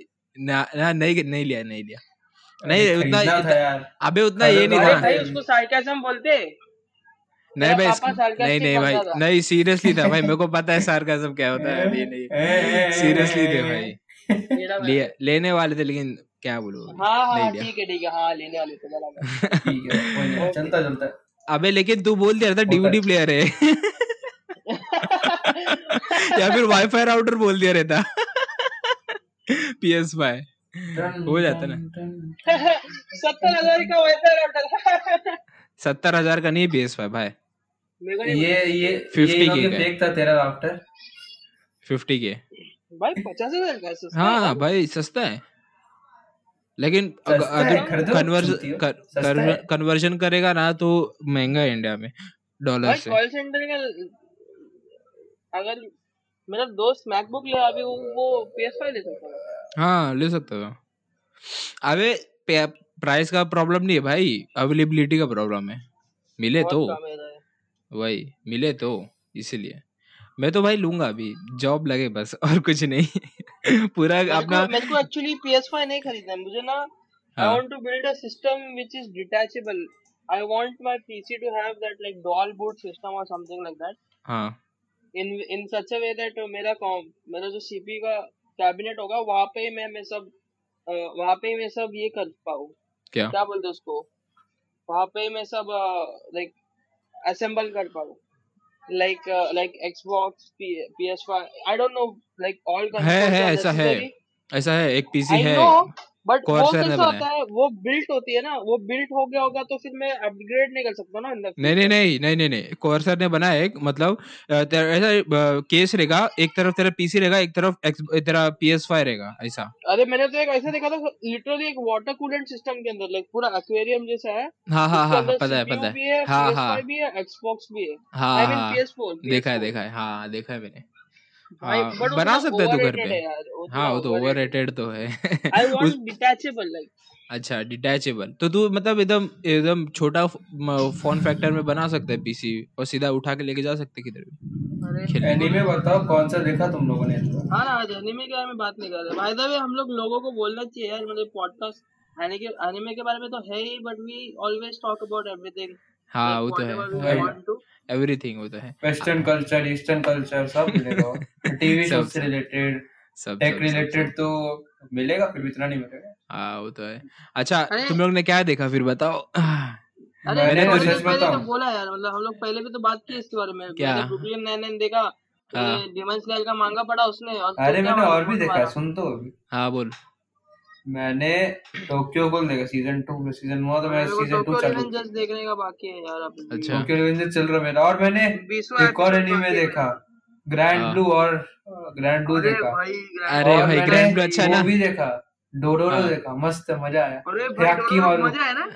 A: ना ना नहीं नहीं लिया नहीं लिया
B: अरे,
A: नहीं उतना
B: खरीदना था
A: इत-
B: यार
A: अबे उतना ये नहीं
B: खरीदा
A: था
C: अरे
B: था।
C: भाई उसको सार्केज्म बोलते
A: नहीं
C: मेरा
A: भाई
C: पापा
A: इस- नहीं
C: sarcastic
A: नहीं भाई
C: बंदा था।
A: नहीं सीरियसली था भाई मेरे को पता है सार्काज्म क्या होता है नहीं नहीं सीरियसली थे भाई
C: मेरा
A: लिए लेने वाले थे लेकिन क्या बोलूं अभी,
C: हाँ हाँ
A: नहीं लिया
C: ठीक है ठीक है हाँ लेने वाले थे बराबर
B: ठीक है कोई नहीं, चलता चलता
A: अबे लेकिन तू बोल दिया था
B: होता
A: डीवीडी
B: है।
A: प्लेयर है या फिर वाईफाई राउटर बोल दिया रहता पीएस भाई हो जाता ना
C: सत्तर हजार का वायदा रहा
A: सत्तर हजार का नहीं पीएस भाई भाई
C: मेरे को नहीं
B: ये ये
A: 50
B: ये
A: की
B: इनके
A: है।
B: फेक था तेरा आफ्टर
A: फिफ्टी के
C: पता। भाई पचास हजार का है, सस्ता है
A: हाँ
C: यार।
A: भाई सस्ता है लेकिन
B: सस्ता है, खरीदो, चूतियो, सस्ता है।
A: कन्वर्ज कन्वर्जन करेगा ना तो महंगा है इंडिया में डॉलर
C: भाई
A: से
C: कॉल सेंटर का अगर मेरा दोस्त मैकबुक ले अभी वो- वो पीएस ले सकता है
A: हाँ ले सकते हो अबे प्राइस का प्रॉब्लम नहीं है भाई अवेलेबिलिटी का प्रॉब्लम है मिले
C: बहुत
A: तो
C: कम है यार।
A: वही मिले तो इसीलिए मैं तो भाई लूंगा अभी जॉब लगे बस और कुछ नहीं पूरा
C: मेरे को-
A: अपना
C: मेरे को एक्चुअली PS5 नहीं खरीदना है मुझे ना आई
A: हाँ।
C: Want to build a system which is detachable I want my PC to have that like dual boot system और समथिंग लाइक दैट
A: हाँ
C: इन in such a way that मेरा कॉम मेरा जो सीपी का कैबिनेट होगा वहां पे मैं मैं सब अ, वहाँ पे मैं सब ये कर पाऊँ
A: क्या
C: क्या बोलते हैं उसको वहाँ पे मैं सब लाइक असेंबल कर पाऊँ like like Xbox P S five I don't know like all
A: है है ऐसा है ऐसा है एक पीसी
C: आई
A: है
C: नो बट वो
A: Corsair
C: कैसा
A: बना है।
C: होता है वो बिल्ट होती है ना वो बिल्ट हो गया होगा तो फिर मैं अपग्रेड नहीं कर सकता ना अंदर
A: नहीं नहीं नहीं नहीं नहीं नहीं कोर्सर ने बनाया एक मतलब अ, तेरा ऐसा केस रहेगा एक तरफ तेरा पीसी रहेगा एक तरफ X- तेरा पीएस फाइव रहेगा ऐसा
C: अरे मैंने तो एक ऐसा देखा था लिटरली एक वाटर कूलेंट सिस्टम के अंदर लाइक पूरा एक्वेरियम जैसा है
A: हाँ हाँ
C: उसके
A: हाँ हाँ
C: अंदर
A: पता है पता है
C: CPU भी है
A: हाँ हाँ
C: PS5 भी है Xbox भी है
A: हाँ
C: आई मीन
A: हाँ
C: PS4
A: देखा है देखा है हाँ देखा है मैंने
C: भाई
A: हाँ,
C: बट
A: बना सकता है तू घर पे
C: पे
A: हाँ वो तो ओवर तो है
C: आई
A: उस
C: वांट डिटैचेबल लाइक
A: अच्छा डिटैचेबल तो तू मतलब एकदम एकदम छोटा फोन फैक्टर में बना सकता है पीसी और सीधा उठा के लेके जा सकते किधर भी
C: अरे
A: खेलने
B: एनीमे बताओ कौन सा देखा तुम लोगों ने
C: हाँ ना आज एनिमे के बारे में बात नहीं कर रहे बाय द वे हम लोग लोगों को बोलना चाहिए यार मतलब पॉडकास्ट एनिमे के एनिमे के बारे में तो है ही but we always talk about everything
A: हाँ वो तो है
B: Right.
A: एवरीथिंग वो तो है
B: वेस्टर्न कल्चर ईस्टर्न कल्चर सब मिलेगा टीवी शो
A: सब-
B: से रिलेटेड
A: सब
B: टेक
A: सब- सब सब
B: रिलेटेड तो मिलेगा फिर भी इतना नहीं मिलेगा
A: हाँ वो तो है अच्छा
C: अरे-
A: तुम लोग ने क्या देखा फिर बताओ हाँ,
C: अरे
B: मैंने
C: मैंने
B: तो
C: पहले
B: सच
C: तो
B: बताऊं।
C: बोला यार मतलब हम लोग पहले भी तो बात की इसके बारे में
A: क्या?
C: मैंने ब्रुकलिन नाइन नाइन देखा तो
A: हाँ।
C: डिमन स्लेयर का मांगा पड़ा उसने और
B: अरे
C: तुम क्या
B: मैंने
C: मांगा
B: और भी
C: पड़ा
B: देखा
C: तुम्हारा?
B: सुन तो अभी।
A: हाँ बोल
B: मैंने टोक्यो गोल देखा सीजन टू सीजन हुआ तो मैं
C: मेरे को
B: सीजन टू
C: टोक्यो
B: चालू
C: रिवेंजर्स देखने का बाकी है यार अभी भी।
A: अच्छा।
B: टोक्यो रिवेंजर चल रहा मेरा और मैंने
C: बीसवां
B: एक और
C: episode
B: एनीमे
C: बाकी है
B: देखा
C: मेरा।
B: ग्रैंड
A: हाँ।
B: ब्लू और ग्रैंड ब्लू
C: अरे
B: देखा
C: भाई
A: अरे
B: और
A: भाई,
B: मैंने
A: Grand Blue अच्छा है
B: वो
A: ना?
B: भी देखा डोरोरो
A: हाँ।
B: देखा मस्त मजा आया
C: अरे
B: याक्की
C: भाई
B: मारू
C: मजा है ना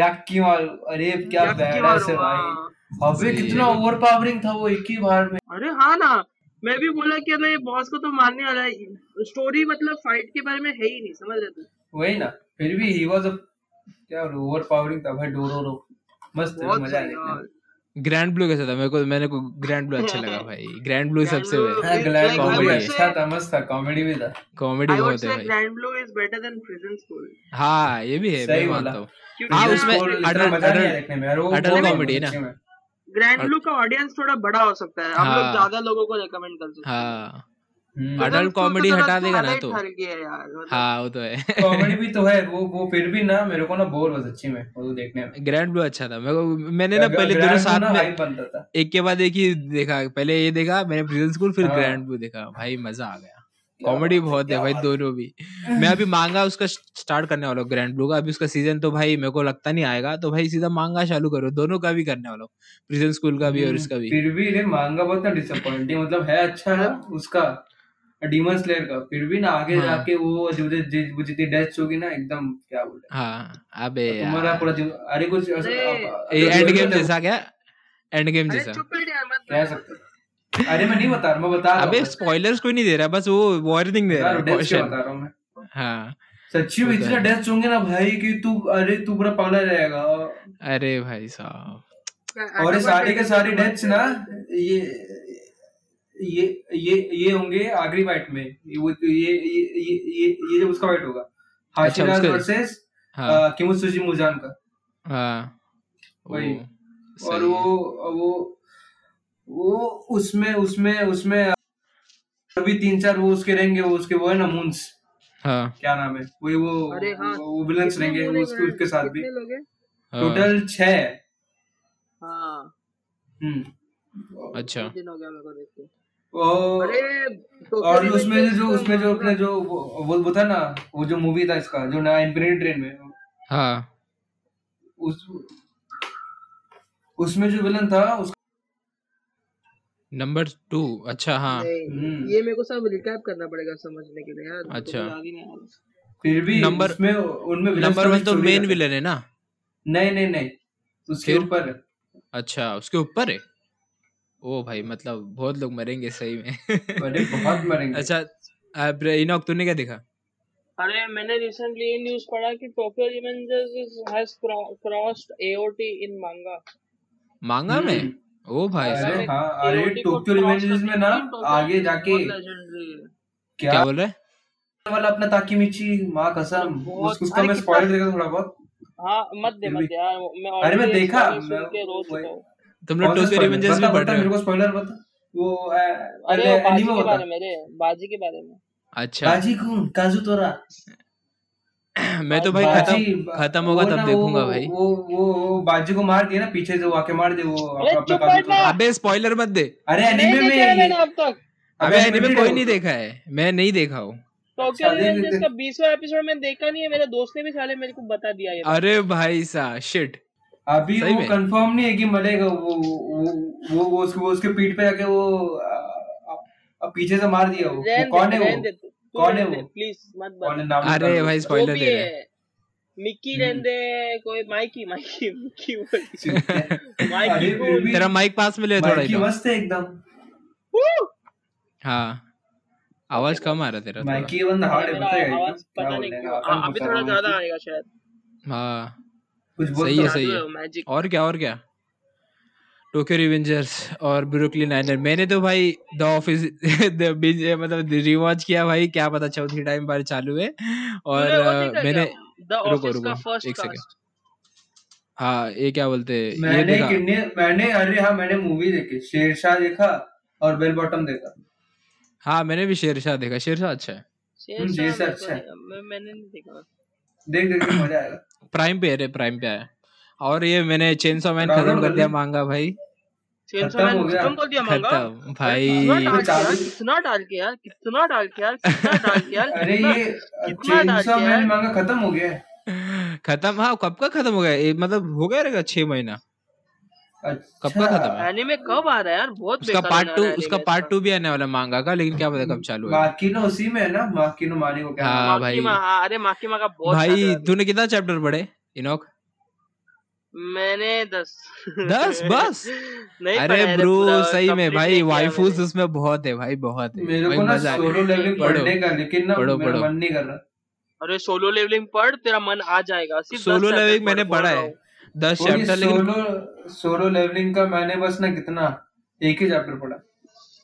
B: याक्की मारू अरे क्या
C: याक्की
B: बैडास
C: मारू,
B: है
C: हाँ।
B: भाई अबे
A: सही है।
B: कितना ओवर पावरिंग था वो एक ही बार में
C: अरे हाँ ना मैं भी बोला कि अरे बॉस को तो मारने वाला है स्टोरी मतलब फाइट के बारे में है ही नहीं समझ रहे तू
B: वही ना फिर भी ही वाज क्या ओवर पावरिंग था भाई डोरोरो मस्त है,
C: बहुत
B: मजा आया
C: सही
B: देखने में।
C: यार
A: ग्रैंड ब्लू कैसा था मेरे को मैंने को ग्रैंड ब्लू अच्छा लगा भाई ग्रैंड ब्लू
C: Grand
A: सबसे
C: Blue-
B: हाँ, glad
C: Like, I
B: comedy
C: would say-
B: अच्छा था मस्त था कॉमेडी भी था
A: कॉमेडी
C: आई वुड
A: बहुत है
C: से
A: भाई
C: Grand Blue is better than Prison School
A: हाँ ये भी है
B: सही
A: मैं
B: बोला।
A: मानता हूँ
C: क्योंकि
A: हाँ,
B: Prison
A: उसमें
B: School इतना
A: adult-
B: मजा नहीं आया
A: adult-
B: देखने में यार वो
A: adult
B: boring
A: comedy है
B: था
A: ना।
B: सच्ची में।
C: ग्रैंड ब्लू का ऑडियंस थोड़ा बड़ा हो सकता है हम
A: हाँ।
C: लोग ज्यादा लोगों को रेकमेंड कर सकते हैं मतलब
A: हाँ
B: हम्म।
A: Adult
C: Prison School
A: comedy
C: का थोड़ा
A: हटा देगा ना
C: highlight
A: तो।
C: हर गया है यार मतलब
A: हाँ वो तो है
B: कॉमेडी भी तो है वो वो फिर भी ना मेरे को ना बोर हुआ सच्ची में वो देखने में
A: ग्रैंड ब्लू अच्छा था मेरे को मैंने ना
B: अगर
A: पहले
B: Grand
A: दोनों
B: Blue
A: साथ
B: ना
A: में
B: hype बनता था
A: एक के बाद एक ही देखा पहले ये देखा मैंने प्रिजन स्कूल फिर
B: हाँ।
A: ग्रैंड ब्लू देखा भाई मजा आ गया कॉमेडी
B: बात है,
A: बहुत है
B: क्या
A: भाई
B: बात
A: दोनों भी मैं अभी मांगा उसका स्टार्ट करने वाला हूँ ग्रैंड ब्लू का अभी उसका सीजन तो भाई मेरे को लगता नहीं आएगा तो भाई सीधा मांगा चालू करो दोनों का भी करने वाला हूँ प्रिजन स्कूल का भी और
B: हम्म,
A: इसका भी
B: फिर भी रे मांगा बहुत ना डिसअपॉइंटिंग मतलब है अच्छा है उसका डीमन स्लेयर का फिर भी ना आगे
A: हाँ।
B: जाके वो जो जो- जो- वो जितनी डेथ होगी ना एकदम क्या बोले
A: हाँ अबे
B: तो तुम्हारा तो पूरा जीवन अरे कुछ
C: अरे,
A: एंड गेम
B: बोलते-
A: जैसा क्या एंड गेम
C: अरे
A: जैसा
C: चुप बैठ यार मत
B: कह
C: बता।
B: सकते हो। अरे मैं नहीं बता रहा मैं बता रहा
A: अबे
B: हूँ
A: स्पॉयलर्स कोई नहीं दे रहा बस वो वार्निंग दे रहा है
B: डेथ के
A: caution।
B: बता रहा हूँ मैं
A: हाँ
B: सच्ची में
A: होता
B: इतना
A: है।
B: डेस्क होंगे ना भाई कि तू अरे तू पूरा पागल हो जाएगा
A: अरे भाई साहब
B: और ये सारे के सारे डेथ्स ना ये ये ये ये होंगे आखिरी फाइट में ये वो- ये ये ये ये ये जब उसका फाइट होगा हाशिराज
A: अच्छा, उसका-
B: वर्सेस
A: हाँ
B: किमुत्सुजी मुजान का
A: हाँ वो
B: वही।
A: सही
B: और
A: है।
B: वो वो वो उसमें उसमें उसमें और भी तीन चार वो उसके रहेंगे वो उसके वो है ना मून्स
A: हाँ
B: क्या नाम है वही वो
C: अरे हाँ।
B: वो वो villains रहेंगे वो उसके उसके साथ भी
C: लोगे
A: हाँ,
B: टोटल छह
C: हाँ
B: हम्म
A: अच्छा
C: दिन हो गया मेरे को देखते
B: और
C: अरे
B: और उसमें जो
C: तो
B: जो उसमें जो अपने जो वो- वो वो था ना वो जो मूवी था इसका जो ना इंफिनिटी ट्रेन में
A: हाँ
B: उस उसमें जो विलन था उसका
A: नंबर टू अच्छा हाँ
B: हम्म।
C: ये मेरे को सब रिकैप करना पड़ेगा समझने के लिए यार मेरे को
A: अच्छा।
C: तो याद ही नहीं आ रहा।
B: फिर भी
A: नंबर-
B: उसमें उनमें villains
A: नंबर
B: का
A: वन
B: भी
A: तो
B: story
A: मेन
B: था।
A: विलन है ना
B: नहीं नहीं नहीं उसके
A: फिर?
B: ऊपर है।
A: अच्छा उसके ऊपर है ओ भाई मतलब बहुत लोग मरेंगे सही में
B: अरे बहुत मरेंगे
A: अच्छा आप इनोक तूने क्या देखा
C: अरे मैंने रिसेंटली ये न्यूज पढ़ा कि Tokyo Revengers has crossed AOT in मांगा
A: मांगा
B: हम्म।
A: में ओ भाई
B: अरे
A: साहब
B: हाँ अरे टोक्यो रिवेंजर्स में ना आगे जाके
A: क्या
B: क्या
A: बोल रहे
B: वाला अपना ताकीमिची माँ कसम
C: बहुत- अच्छा
B: उस- उसका
C: अरे
B: मैं
C: कितना-
B: स्पॉइलर देगा थोड़ा बहुत
C: हाँ मत दे
B: फिर
C: मत
B: भी-
C: दे यार मैं
B: अरे मैं
C: already
B: देखा,
C: spoiler सुन
B: मैं-
C: के तो- रो चुका
B: वही-
C: हूँ
A: तुम लोग
B: कौन सा
A: टोक्यो
B: spoiler?
A: रिवेंजर्स
B: बता
A: भी पढ़
B: बता
A: रहे
B: मेरे
A: हो
B: को स्पॉइलर बता वो अ,
C: अरे
B: अरे
C: वो बाजी
B: एनीमे
C: के
B: बता
C: बारे में रे बाजी के बारे में
A: अच्छा
B: बाजी खून काजू तोरा
A: मैं तो भाई
B: बाजी
A: खत्म खत्म होगा
B: वो
A: तब
B: ना,
A: देखूंगा
B: वो,
A: भाई
B: वो वो वो बाजी को मार दिया ना पीछे से वो आके मार दे वो
C: अरे
B: अपना अपना
C: चुप
B: काजू
C: बैठ
B: तोरा
C: ना।
A: अबे स्पॉइलर मत दे
B: अरे
C: नहीं
B: एनीमे
C: देखा है
B: में
C: मैंने अब तक
A: अबे एनीमे
B: animated
A: कोई
B: है
A: नहीं
B: वो।
A: देखा है मैं नहीं देखा हूँ
C: टोक्यो
B: देख-
C: रिवेंजर्स
B: देख-
C: का बीसवा एपिसोड मैंने देखा नहीं है मेरे दोस्त ने भी साले मेरे को बता दिया ये बात।
A: अरे भाई साहब शिट
B: अभी
A: सही
B: वो
A: में?
B: कंफर्म नहीं है कि मरेगा वो वो वो, वो, उसके, वो उसके पीठ पे जाके वो आ, आ, पीछे से मार दिया वो, वो
C: रहने
B: कौन है
C: दे,
B: वो
C: रहने दे, तू
B: कौन है
C: रहने
B: वो?
C: दे, please मत
B: कौन है
C: बता।
B: नाम
A: अरे
B: निकाल दो
A: भाई
B: उसका।
A: spoiler
C: जो भी
A: दे रहे
C: है, मिक्की
B: हम्म।
C: रहने दे कोई माइकी माइकी मिक्की बोल
B: ठीक है।
C: माइकी
B: अरे फिर भी
A: तेरा माइक पास में ले थोड़ा तो।
B: माइकी
A: इधर।
B: मस्त है एकदम
A: हाँ आवाज कम आ रहा तेरा थोड़ा।
B: माइकी वन हार्ड है
C: मेरा
B: पता तो है
C: आवाज
B: एकदम क्या बोल रहे हैं
C: पता नहीं क्यों हाँ,
B: अपन
C: अभी
B: बता
C: थोड़ा
B: रहा हूँ
C: ज्यादा आएगा शायद
A: हाँ
B: कुछ बोल
A: सही
B: तो
A: है
B: रहा
A: सही
C: जादू
A: है
C: है मैजिक
A: और क्या और क्या टोक्यो रिवेंजर्स और ब्रुकलिन नाइनर मैंने तो भाई द ऑफिस मतलब रिवॉच किया भाई क्या पता चौथी टाइम बार चालू है और
C: तूने वो
A: अ,
C: देखा
A: मैंने
C: द
A: रुको,
C: ऑफिस का
A: रुको,
C: फर्स्ट
A: एक second.
C: कास्ट
A: हाँ ये क्या बोलते हैं ये
B: मैंने
A: देखा
B: कितने मैंने अरे हाँ मैंने मूवी देखी शेरशाह देखा और बेल बॉटम देखा
A: हाँ मैंने भी शेरशाह देखा शेरशाह अच्छा है
B: हम्म, जैसा
C: शेरशाह मेरे को
B: अच्छा है।
C: नहीं- मैं- मैंने नहीं देखा
B: देख देख के मजा आएगा
A: प्राइम पे है रे प्राइम पे आया और ये मैंने चेनसो मैन
B: Download
A: खत्म
B: कर
A: कर दिया
B: ले।
A: मांगा भाई
B: खत्म
C: शेरशाह मैंने
B: हो गया।
C: खत्म कर दिया मांगा
A: खत्म
C: अरे
A: भाई
C: कितना डाल के यार
B: चालू-
C: कितना डाल के यार कितना डाल के यार कितना डाल के यार
B: अरे
C: कितना-
B: ये
C: कितना डाल
B: चेनसा
C: के
B: मैन
C: यार
B: मांगा खत्म हो गया है।
A: खत्म हाँ कब का खत्म हो गया ये मतलब हो गया रहेगा छह महीना कब का
B: अच्छा
A: खत्म है
C: एनिमे कब आ रहा है यार बहुत
A: उसका
C: तो बेकार
A: पार्ट टू
C: होने वाला है
A: उसका
C: anime
A: पार्ट
C: इसका।
A: टू भी आने वाला मांगा का लेकिन क्या पता कब चालू होगा
B: माकिनो तो उसी में है ना माकिनो माने को क्या नाम
A: हाँ भाई
C: माकिमा हाँ अरे माकिमा का बहुत
A: भाई
C: शानदार anime
A: तूने कितना चैप्टर पढ़े इनोक
C: है। मैंने दस
A: दस बस
C: नहीं
A: अरे
C: पढ़ा है रे
A: ब्रो
C: पूरा
A: सही में
C: complete
A: भाई
C: नहीं किया
A: वाइफूस
C: मैंने
A: उसमें बहुत है भाई बहुत है
B: मेरे
A: भाई
B: को ना
A: मजा आएगा
B: सोलो लेवलिंग
A: पढ़ो
B: पढ़ने का लेकिन ना
A: पढ़ो
B: मेरा
A: पढ़ो
B: मन नहीं कर रहा
C: अरे सोलो लेवलिंग पढ़ तेरा मन आ जाएगा सिर्फ दस
A: सोलो
C: चैप्टर
A: लेवलिंग
C: पढ़
A: मैंने
C: बोल
A: पढ़ा
C: रहा
A: है
C: हूँ
A: दस
B: और ये
A: चैप्टर लेकिन
B: सोलो सोलो लेवलिंग का मैंने बस ना कितना एक ही चैप्टर पढ़ा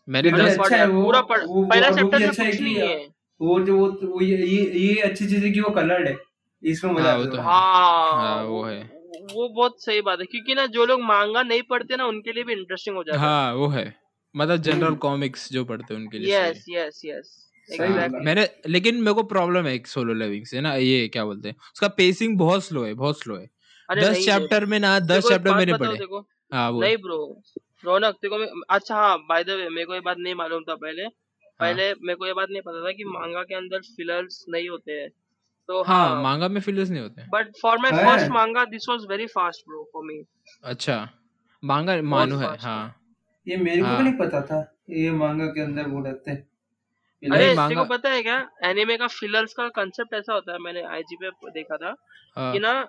A: मैंने
B: फिर भी
C: अरे
A: दस
C: पढ़
B: अच्छा है
C: यार
B: वो
C: पूरा पढ़
B: वो वो-
C: पहला
B: और वो
C: चैप्टर
B: भी अच्छा है कि
C: में कुछ नहीं है
B: वो जो वो, वो ये ये ये अच्छी चीज है कि वो कलर्ड है इसमें मजा
A: हाँ वो तो है
B: आता है
C: हाँ
A: हाँ वो
C: वो
A: है
C: वो बहुत सही बात है क्योंकि ना जो लोग मांगा नहीं पढ़ते ना उनके लिए भी इंटरेस्टिंग हो जाता है
A: हाँ वो है मतलब जनरल
B: हम्म,
A: कॉमिक्स जो पढ़ते हैं उनके लिए सही है
C: यस यस यस
B: सही
A: हाँ
B: बोला
C: एग्जैक्टली
A: मैंने लेकिन मेरे को प्रॉब्लम है एक सोलो लिविंग से ना ये क्या बोलते हैं उसका पेसिंग बहुत स्लो है बहुत स्लो है
C: अरे
A: दस
C: नहीं रे
A: चैप्टर में ना दस
C: देखो एक
A: चैप्टर
C: बात
A: मैंने
C: बताओ
A: पढ़े
C: देखो
A: हाँ बोल
C: नहीं ब्रो रौनक देखो मैं अच्छा हाँ बाय द वे मेरे को ये बात नहीं मालूम था पहले
A: हाँ
C: पहले मेरे को ये बात नहीं पता था कि मांगा के अंदर फिलर्स नहीं होते हैं तो
A: हाँ
C: हाँ
A: मांगा में फिलर्स नहीं होते हैं।
C: बट फॉर माय
B: है
C: first manga this was very fast bro for me
A: अच्छा मांगा
C: बहुत
A: मानू है
C: फास्ट
A: हाँ
C: था
B: ये मेरे को भी
A: हाँ
B: नहीं पता था ये मांगा के अंदर वो रहते हैं
A: नहीं
C: अरे
B: फिलर्स
C: तेरे को
A: मांगा
C: पता है क्या एनिमे का फिलर्स का कंसेप्ट ऐसा होता है मैंने आईजी पे देखा था कि
A: हाँ
C: ना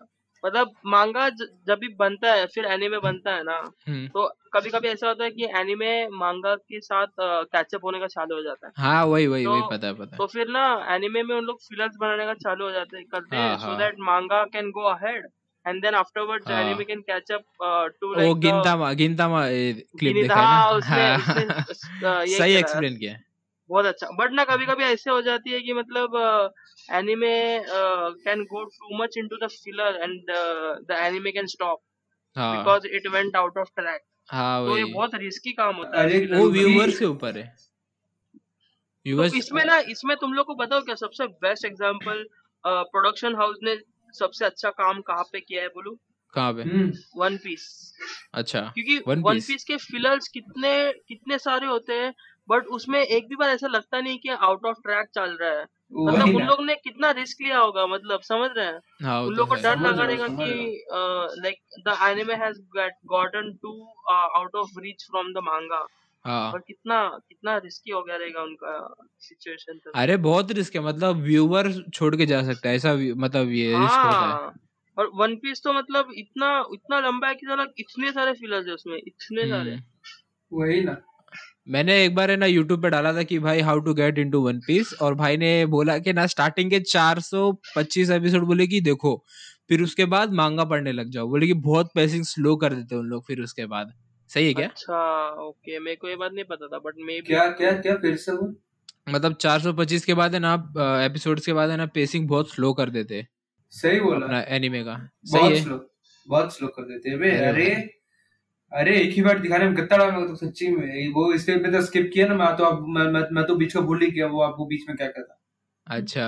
C: मतलब मांगा ज- जब भी बनता है फिर एनीमे बनता है ना
A: हम्म।
C: तो कभी कभी ऐसा होता है कि एनीमे मांगा के साथ कैचअप होने का चालू हो जाता है
A: हाँ वही वही
C: तो
A: वही पता है पता है
C: तो फिर ना एनिमे में उन लोग फिलर्स बनाने का चालू हो जाते हैं करते हैं
A: हाँ
C: सो
A: हाँ
C: that manga can go ahead and then afterwards anime
A: हाँ
C: कैन कैच अप टू
A: वो
C: like the
A: Gintama Gintama clip
C: गिनी
A: देखा
C: था
A: है ना
C: हाँ, उसने उसने
A: हाँ
C: स- स- अ,
A: सही
C: ये खेला है
A: एक्सप्लेन किया है।
C: बहुत अच्छा बट ना कभी
A: हाँ
C: कभी ऐसे हो जाती है कि मतलब anime can go too much into the filler and the anime can stop
A: हाँ
C: because it went out of track
A: हाँ
C: तो ये
A: वही
C: बहुत रिस्की काम होता है
B: अरे
C: फिलर
A: वो
C: बनाना
B: क्योंकि
A: व्यूवर्स के ऊपर है
C: तो
A: व्यूवर्स
C: इसमें ना इसमें तुम लोग को बताओ क्या सबसे बेस्ट एग्जांपल प्रोडक्शन हाउस ने सबसे अच्छा काम कहाँ पे किया है बोलू
A: कहाँ पे
B: हम्म
C: वन पीस
A: अच्छा
C: क्योंकि
A: वन
C: वन
A: पीस
C: पीस के फिलर्स कितने कितने सारे होते हैं बट उसमें एक भी बार ऐसा लगता नहीं कि आउट ऑफ ट्रैक चल रहा है मतलब
B: वही
C: उन
B: ना
C: लोग ने कितना रिस्क लिया होगा मतलब समझ रहे हैं
A: हाँ वो
C: उन
A: तो
C: लोग को
A: है
C: डर
B: समझ
C: लगा
B: रहा हूँ
C: रहेगा
B: समझ
C: कि
B: रहा हूँ
C: like the anime has gotten to out of reach from the manga और
A: हाँ
C: कितना कितना रिस्की हो गया रहेगा उनका तो। सिचुएशन तब
A: अरे बहुत रिस्क है मतलब व्यूवर छोड़ के जा सकता है ऐसा भी- मतलब ये रिस्क होता है
C: हाँ और वन पीस तो मतलब इतना इतना लंबा है कि साला इतने सारे फिलर्स है उसमें इतने सारे
A: हम्म
B: वही ना
A: मैंने एक बार है ना यूट्यूब पे डाला था कि भाई how to get into One Piece और भाई ने बोला कि ना स्टार्टिंग के 425 एपिसोड बोले कि देखो फिर उसके बाद मांगा पढ़ने लग जाओ बोले कि बहुत पेसिंग स्लो कर देते हैं उन लोग फिर उसके बाद सही है क्या
C: अच्छा ओके मेरे को ये बात नहीं पता था बट मे बी
B: क्या क्या क्या फिर से वो
A: मतलब 425 के बाद है ना एपिसोड्स के बाद है ना पेसिंग बहुत स्लो कर देते हैं
B: सही बोला
A: अपना एनिमे का सही
B: बहुत
A: है
B: स्लो बहुत स्लो कर देते हैं बे
A: अरे
B: अरे
A: भाई
B: अरे एक ही बार दिखाने में कितना टाइम लगा तो सच्ची में वो इसके मैं तो स्किप किया ना मैं तो अब मैं, मैं, मैं तो बीच में भूल ही गया वो आपको बीच में क्या कहता
A: अच्छा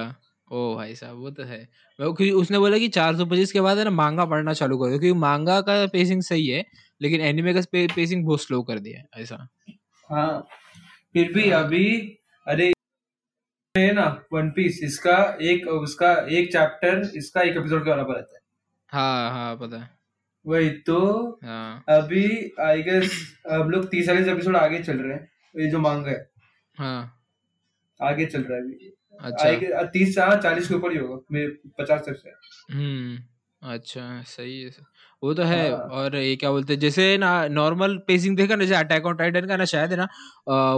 A: ओ भाई साहब वो तो है वो क्योंकि उसने बोला कि चार सौ पच्चीस के बाद है ना मांगा पढ़ना चालू कर दो क्योंकि मांगा का पेसिंग सही है लेकिन एनिमे का पे, पेसिंग बहुत स्लो कर दिया है ऐसा
B: हाँ फिर भी
A: हाँ
B: अभी अरे है ना वन पीस इसका एक उसका एक चैप्टर इसका एक एपिसोड के बराबर रहता है
A: हाँ हाँ पता है
B: वही तो
A: हाँ
B: अभी आई गेस हम लोग तीस चालीस एपिसोड आगे चल रहे हैं ये जो मांग है
A: हाँ
B: आगे चल रहा है अभी
A: अच्छा
B: आई गेस तीस हाँ चालीस के ऊपर ही होगा मेरे पचास तक से
A: हम्म अच्छा सही है सर। वो तो है
B: हाँ
A: और ये क्या बोलते हैं जैसे ना नॉर्मल पेसिंग देखा ना जैसे अटैक ऑन टाइटन का ना शायद है ना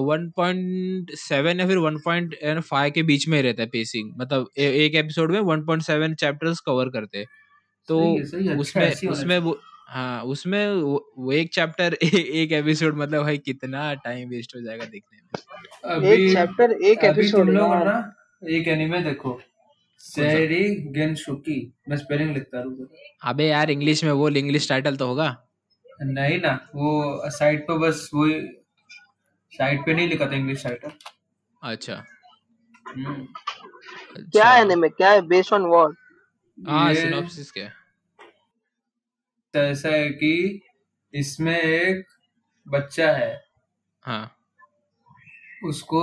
A: वन पॉइंट सेवन या फिर वन पॉइंट फाइव के बीच में ही रहता है पेसिंग मतलब ए, एक एपिसोड में one point seven chapters cover करते हैं तो
B: सही है सही है, अच्छा
A: उसमें
B: ऐसी होना
A: उसमें
B: चाहिए
A: वो हाँ उसमें वो, वो एक चैप्टर एक एपिसोड मतलब भाई कितना टाइम वेस्ट हो जाएगा देखने में
B: अभी
C: एक चैप्टर एक
B: अभी तुम
C: एपिसोड
B: लोग है
C: यार
B: ना एक एनिमे देखो
A: कौन सा
B: सेरी गेंशुकी मैं स्पेलिंग लिखता हूँ
A: अबे यार इंग्लिश में बोल इंग्लिश टाइटल तो होगा
B: नहीं ना वो साइट पे बस वो साइट पे नहीं लिखा था इंग्लिश साइट
A: अच्छा
B: हम्म
C: क्या
A: अच्छा
C: है एनिमे क्या है बेस्ड ऑन व्हाट
A: हाँ
B: ये
A: सिनॉप्सिस क्या है
B: ऐसा है कि इसमें एक बच्चा है
A: हाँ
B: उसको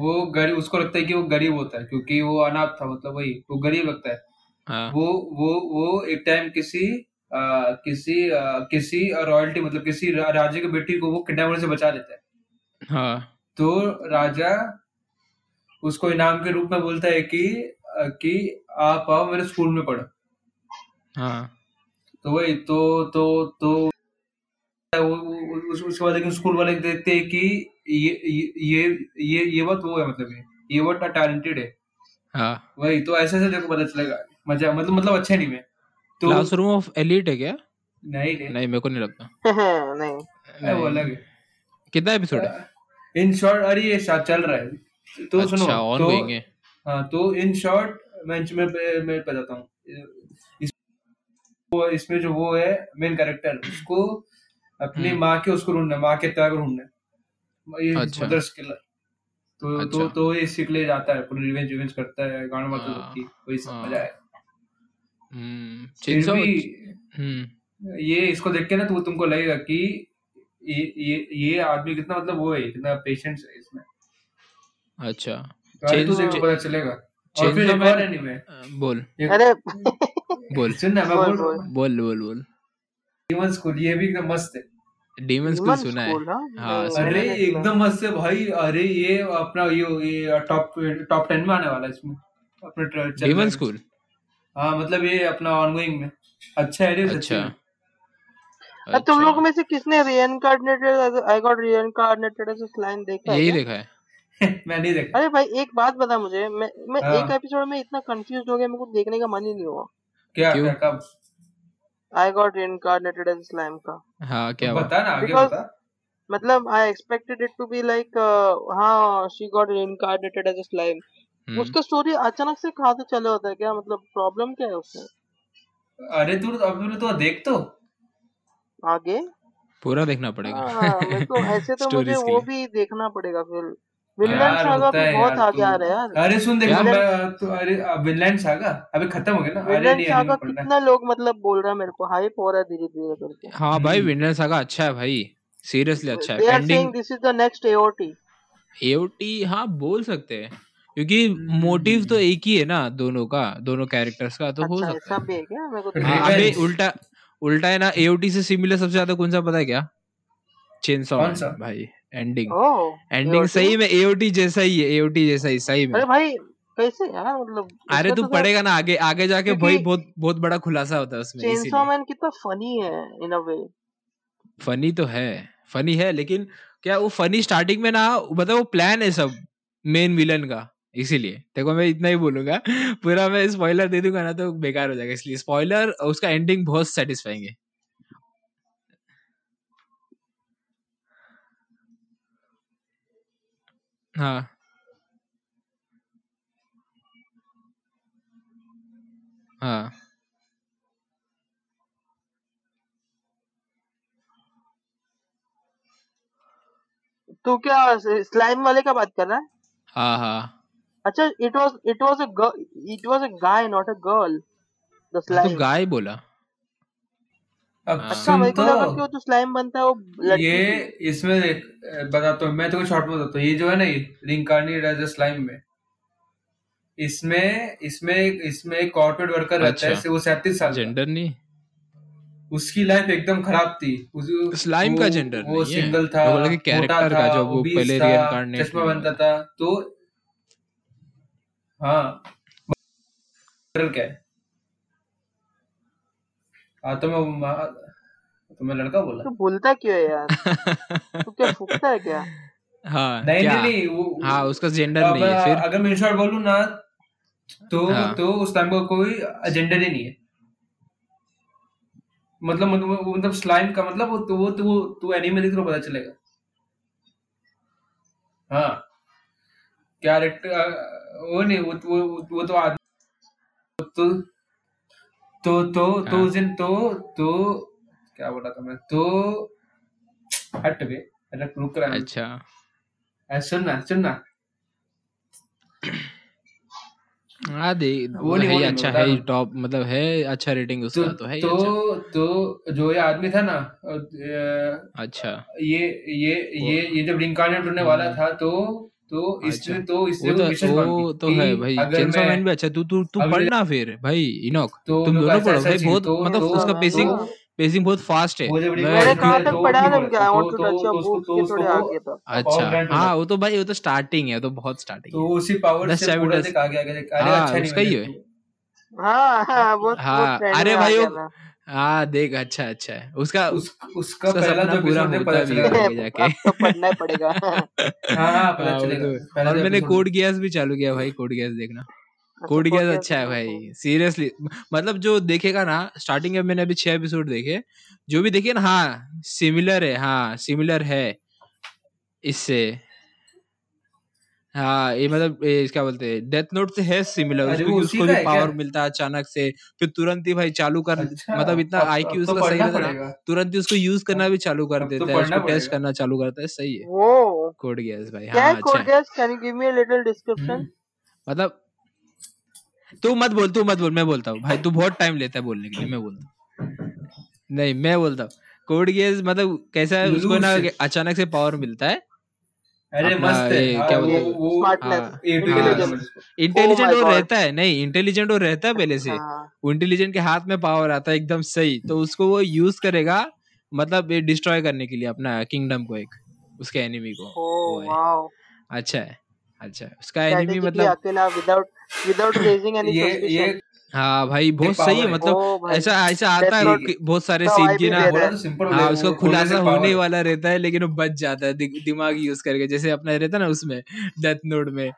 B: वो गरीब उसको लगता है कि वो गरीब होता है क्योंकि वो अनाथ था मतलब वही वो गरीब लगता है
A: हाँ
B: वो वो वो एक टाइम किसी आ, किसी आ, किसी रॉयल्टी मतलब किसी रा- राजा की बेटी को वो किडनैप होने से बचा लेता है
A: हाँ
B: तो राजा उसको इनाम के रूप में बोलता है कि आ, कि आप आओ मेरे स्कूल में पढ़ो
A: हाँ
B: तो वही तो तो तो वो- वो- उस, उसके बाद लेकिन स्कूल वाले देखते हैं कि ये ये ये ये ये बहुत वो है मतलब ये ये बहुत टैलेंटेड है
A: हाँ
B: वही तो ऐसे ऐसे देखो पता चलेगा मजा मतलब मतलब अच्छे नहीं में तो
A: क्लासरूम ऑफ एलिट है क्या
B: नहीं नहीं
A: नहीं मेरे को नहीं लगता
C: नहीं
B: अरे वो
A: नहीं
B: अलग
A: कितना एपिसोड है
B: है इन शॉर्ट Uh, अरे ये शा- चल रहा है तो सुनो
A: अच्छा ऑन
B: तो
A: गोइंग है
B: हाँ तो इन शॉर्ट मैं मैं मैं बताता हूँ इस, वो- इसमें जो वो है मेन कैरेक्टर उसको अपनी
A: हम्म
B: माँ के उसको ढूंढना है, माँ के त्याग को ढूंढना है ये
A: अच्छा
B: मदर्स किलर तो तो
A: अच्छा
B: तो ये सीख ले जाता है पूरी रिवेंज रिवेंज करता है गांड मारता
A: हाँ
B: रहती है वही सब मजा
A: हाँ
B: है
A: हम्म
B: फिर
A: चिंसो
B: भी
A: हम्म
B: ये इसको देख के ना तो तुमको लगेगा कि ये ये ये आदमी कितना मतलब वो है कितना पेशेंस है इसमें
A: अच्छा
B: अरे
A: चेन
B: तो देखो
A: चे,
B: पता चलेगा और फिर
A: चेन्सो
B: एक और
A: मैन
B: एनिमे
A: बोल
B: एक
C: अरे
A: बोल
B: सुन ना मैं
C: बोल
B: बोल रहा
C: बोल
B: हूँ
A: बोल बोल बोल
B: डीमन स्कूल ये भी एकदम मस्त है
A: डीमन स्कूल
C: डीमन
A: सुना है
C: स्कूल हाँ
A: हाँ
C: नहीं
A: सुना
B: अरे
C: मैंने
A: है
C: नहीं सुना
B: एकदम मस्त है भाई अरे ये अपना ये ये टॉप टॉप टेन में आने वाला है इसमें अपने ट्र- चल रहा
A: डीमन
B: है
A: स्कूल
B: हाँ मतलब ये अपना ऑनगोइंग में अच्छा है सच
A: अच्छा
B: में
C: अब तुम
A: अच्छा
C: लोगों में से किसने reincarnated I got reincarnated as a slime देखा है
A: यही
C: क्या
A: देखा है
B: मैं नहीं देखा
C: अरे भाई एक बात बता मुझे मैं मैं एक
B: हाँ
C: एपिसोड में इतना कंफ्यूज हो गया मेरे को देखने का मन ही नहीं हुआ
B: क्या
A: क्यों
B: क्या कब
C: I got reincarnated as a slime का
A: हाँ
B: तो
A: क्या हुआ
B: बता ना आगे
C: बिकॉज
B: बता
C: मतलब I expected it to be like हाँ she got reincarnated as a slime
A: हम्म
C: उसका स्टोरी अचानक से खाते चले होता है क्या मतलब प्रॉब्लम क्या है उसमें
B: अरे तू अब तू तो देख तो
C: आगे
A: पूरा देखना पड़ेगा
C: हाँ मेरे को ऐसे तो मुझे
A: स्टोरीज के
C: वो
A: लिए
C: भी देखना पड़ेगा फिर विनलैंड
B: यार
C: सागा
B: होता
C: भी
B: है
C: बहुत
B: यार तू
C: आगे आ रहा है यार
B: अरे सुन देख ना
A: यार
B: मैं
C: विनलैंड
B: तो अरे विनलैंड सागा अबे खत्म हो गया ना अरे
C: विनलैंड
B: नहीं एनीमे पढ़ना
C: सागा
B: है
C: कितना लोग मतलब बोल रहा है मेरे को हाइप हो रहा है धीरे धीरे करके
A: हाँ भाई
B: हम्म
A: विनर सागा अच्छा है भाई सीरियसली अच्छा है
C: they are
A: pending
C: saying this is the next AOT
A: AOT हाँ बोल सकते हैं क्योंकि मोटिव तो
B: हम्म,
A: एक ही है ना दोनों का दोनों कैरेक्टर्स का तो हो
C: अच्छा
A: सकता
C: ऐसा
A: है
C: भी है क्या मेरे को तो
A: हाँ
C: पता नहीं
A: अबे
B: रिवेंज
A: उल्टा उल्टा है ना एओटी से सिमिलर सबसे ज्यादा कौन सा पता है क्या चेनसॉ
B: कौन
A: मैन
B: सा
A: भाई एंडिंग
C: था ओ
A: एंडिंग
C: एओटी
A: सही में एओटी जैसा ही है एओटी जैसा ही सही में
C: अरे भाई कैसे यार मतलब
A: अरे
C: उसमें
A: तू
C: तो सब
A: पढ़ेगा ना आगे आगे जाके
C: क्योंकि
A: भाई बहुत बहुत बड़ा खुलासा होता है उसमें
C: चेनसॉ
A: इसीलिए
C: मैन कितना फनी है इन अ वे
A: फनी तो है फनी है लेकिन क्या वो फनी स्टार्टिंग में ना मतलब वो प्लान है सब मेन विलन का इसीलिए देखो मैं इतना ही बोलूंगा पूरा मैं स्पॉइलर दे दूंगा ना तो बेकार हो जाएगा इसलिए स्पॉइलर उसका एंडिंग बहुत सेटिस्फाइंग है हाँ हाँ
C: तू क्या स्लाइम वाले का बात कर रहा है
A: हाँ हाँ
C: अच्छा it was it was a it was a guy not a girl the
A: हाँ तो
C: स्लाइम
A: गाय बोला
B: अब
C: अच्छा
A: हाँ
B: सुन
C: मेरे
B: तो
C: को लगा कि वो जो स्लाइम बनता है वो लड़की
B: ये
C: थी
B: इसमें देख अ, बताता हूँ मैं तुमको शॉर्ट में बताता हूँ ये जो है ना ये रिंकारनेटेड एज स्लाइम में इसमें इसमें इसमें एक कॉर्पोरेट वर्कर रहता है
A: अच्छा
B: से- वो सैंतीस साल का
A: जेंडर नहीं
B: उसकी लाइफ एकदम खराब थी उस,
A: स्लाइम
B: वो
A: का जेंडर
B: वो
A: नहीं है
B: सिंगल था
A: मेरे को लगा
B: मोटा
A: कैरेक्टर
B: था
A: का जो वो
B: ओबीस
A: पहले
B: था
A: रियनकारनेट
B: चश्मा
A: में हुआ
B: बनता
A: था
B: था तो हाँ कलर क्या है हाँ तो मैं मा- तो मैं लड़का बोला
C: तू बोलता क्यों है यार तू क्या फूकता है क्या
A: हाँ
B: नहीं
A: क्या
B: नहीं नहीं वो
A: हाँ उसका जेंडर
B: वो- अब
A: नहीं है फिर
B: अगर मैं इन शॉर्ट बोलूँ ना तो
A: हाँ
B: तो उस टाइम का कोई एजेंडा ही नहीं है मतलब मतलब वो- मतलब स्लाइम का मतलब वो तो वो तो वो तो एनीमे देख तो पता चलेगा हाँ कैरेक्टर वो नहीं वो वो वो तो आदमी तो तो तो तो उस
A: हाँ
B: दिन तो तो क्या बोला था मैं तो हट गए अरे रुक रहा है मैं
A: अच्छा
B: अरे सुनना सुनना
A: हाँ दे वो तो
B: वो नहीं
A: है ही
B: वो नहीं मैं
A: अच्छा है
B: बता रहा
A: ही
B: हूँ
A: टॉप मतलब है अच्छा रेटिंग
B: तो
A: उसका तो है ही
B: तो
A: अच्छा
B: तो जो ये आदमी था ना अ,
A: अच्छा
B: ये ये
A: वो
B: ये ये जब रिंकारनेट होने वाला
A: हम्म,
B: था तो तो इसने
A: अच्छा
B: तो इसने
A: वो
B: वो
A: तो
B: विशेष मांगी
A: वो तो
B: कि
A: है भाई
B: अगर
A: चेनसॉ
B: मैं
A: मैन भी अच्छा है। तू तू तू
B: अगले
A: पढ़ना फिर भाई इनोक
B: तो
A: तुम
B: मेरे को
A: दोनों पढ़ो
B: ऐसा ऐसा
A: भाई
B: चाहिए
A: बहुत
B: तो
A: मतलब
B: तो
C: चेनसॉ
A: उसका
B: तो
C: मैन
A: पेसिंग
C: ना
A: पेसिंग बहुत फास्ट है
B: वो जब
A: मैं
C: मैंने
B: रिंकारनेट
A: उसमें
C: कहाँ
B: हुआ
C: तक
B: तो वो
C: पढ़ा
B: ठीक हो रहा
C: है तुम क्या
B: था तो
C: आई
B: तो तो उसको
C: want to touch your boobs
A: अच्छा हाँ
B: तो उसको वो पावर ग्रांट हो
C: ये थोड़े आगे था
B: गया
A: वो तो भाई वो तो स्टार्टिंग है वो तो बहुत स्टार्टिंग
B: तो
A: है
B: वो उसी पावर
A: दस
B: से पूरा
A: चैप्टर
B: देख आगे आगे देख अरे
A: हाँ
B: अच्छा
A: उसका ही
B: एनीमे देख
A: है
B: तू
C: हाँ हाँ वो वो
A: हाँ
C: ट्रेंड
A: अरे
C: में आ
A: भाई वो
C: गया था
A: हाँ देख अच्छा अच्छा है उसका
B: उस उसका
A: उसका
B: पहला
A: सपना
B: जो
A: पूरा
B: एपिसोड
A: होता भी है आगे
B: देख पता चलेगा
A: जाके
C: अब तो पढ़ना ही पड़ेगा
B: हाँ हाँ पता
A: हाँ वो
B: चलेगा
A: तो है।
B: पहला
A: और
B: जो
A: मैंने
B: एपिसोड
A: कोड गियास भी चालू किया भाई कोड गियास देखना
C: अच्छा
A: कोड
C: कोड
A: गियास
C: गेम्स
A: अच्छा है भाई सीरियसली मतलब जो देखेगा ना स्टार्टिंग में मैंने अभी छह एपिसोड देखे जो भी देखे ना हाँ सिमिलर है हाँ सिमिलर है इससे हाँ ये मतलब ये क्या बोलते हैं डेथ नोट से है सिमिलर
B: अरे
A: उसको
B: वो
A: कि
B: उसी
A: उसको
B: का
A: भी
B: है क्या
A: पावर मिलता है अचानक से फिर तुरंत ही भाई चालू कर
B: अच्छा
A: मतलब इतना
B: अब
A: आईक्यू
B: अब तो
A: उसका सही
B: पढ़ना
A: रहता है ना
B: पड़ेगा
A: तुरंत ही उसको यूज करना
B: अब
A: भी चालू कर
B: अब तो
A: देता है
B: पढ़ना
A: उसको टेस्ट
B: पड़ेगा
A: करना चालू करता है सही है
C: वो
A: कोड गियास भाई
C: क्या है
A: हाँ अच्छा
C: कोड
A: है
C: Games can you give me a little description
B: हम्म
A: मतलब तू मत बोल तू मत बोल मैं बोलता हूँ भाई तू बहुत टाइम लेता है बोलने के लिए मैं बोलता हूँ नहीं मैं बोलता हूँ कोड गियास मतलब कैसा है उसको ना
B: लूसिड
A: कि अचानक से पावर मिलता है
B: अरे
A: अपना
B: मस्त है
A: ये
B: हाँ
A: क्या
B: वो
A: बोलते
C: ये
A: हैं
B: वो
C: स्मार्टनेस
A: हाँ
B: एपी का नाम है
A: हाँ
B: उसको
C: इंटेलिजेंस
A: इंटेलिजेंट
C: ओ माय
A: वो
C: गॉड
A: रहता है नहीं इंटेलिजेंट वो रहता है पहले से
C: Oh हाँ
A: वो इंटेलिजेंट के हाथ में पावर आता है एकदम सही तो उसको वो यूज करेगा मतलब ये डिस्ट्रॉय करने के लिए अपना किंगडम को एक उसके एनिमी को
C: ओ
A: वो है
C: वाओ
A: अच्छा है अच्छा है उसका एनिमी
C: स्ट्रेटेजिकली
A: मतलब
C: अकेला विदाउट विदाउट रेजिंग एनी
B: ये ये
C: सस्पिशन
A: हाँ भाई बहुत
B: power
A: सही है
B: है।
A: मतलब
C: ओ भाई
A: ऐसा ऐसा आता है
C: Definitely.
A: कि बहुत सारे
C: उसका
A: सीन
C: vibe
A: की
C: ही
A: ना
C: दे रहा
B: थोड़ा
C: है।
B: तो सिंपल
A: हाँ उसका खुलासा होने वाला रहता है लेकिन वो बच जाता है दि- दिमाग यूज करके जैसे अपना रहता ना उसमें डेथ नोट में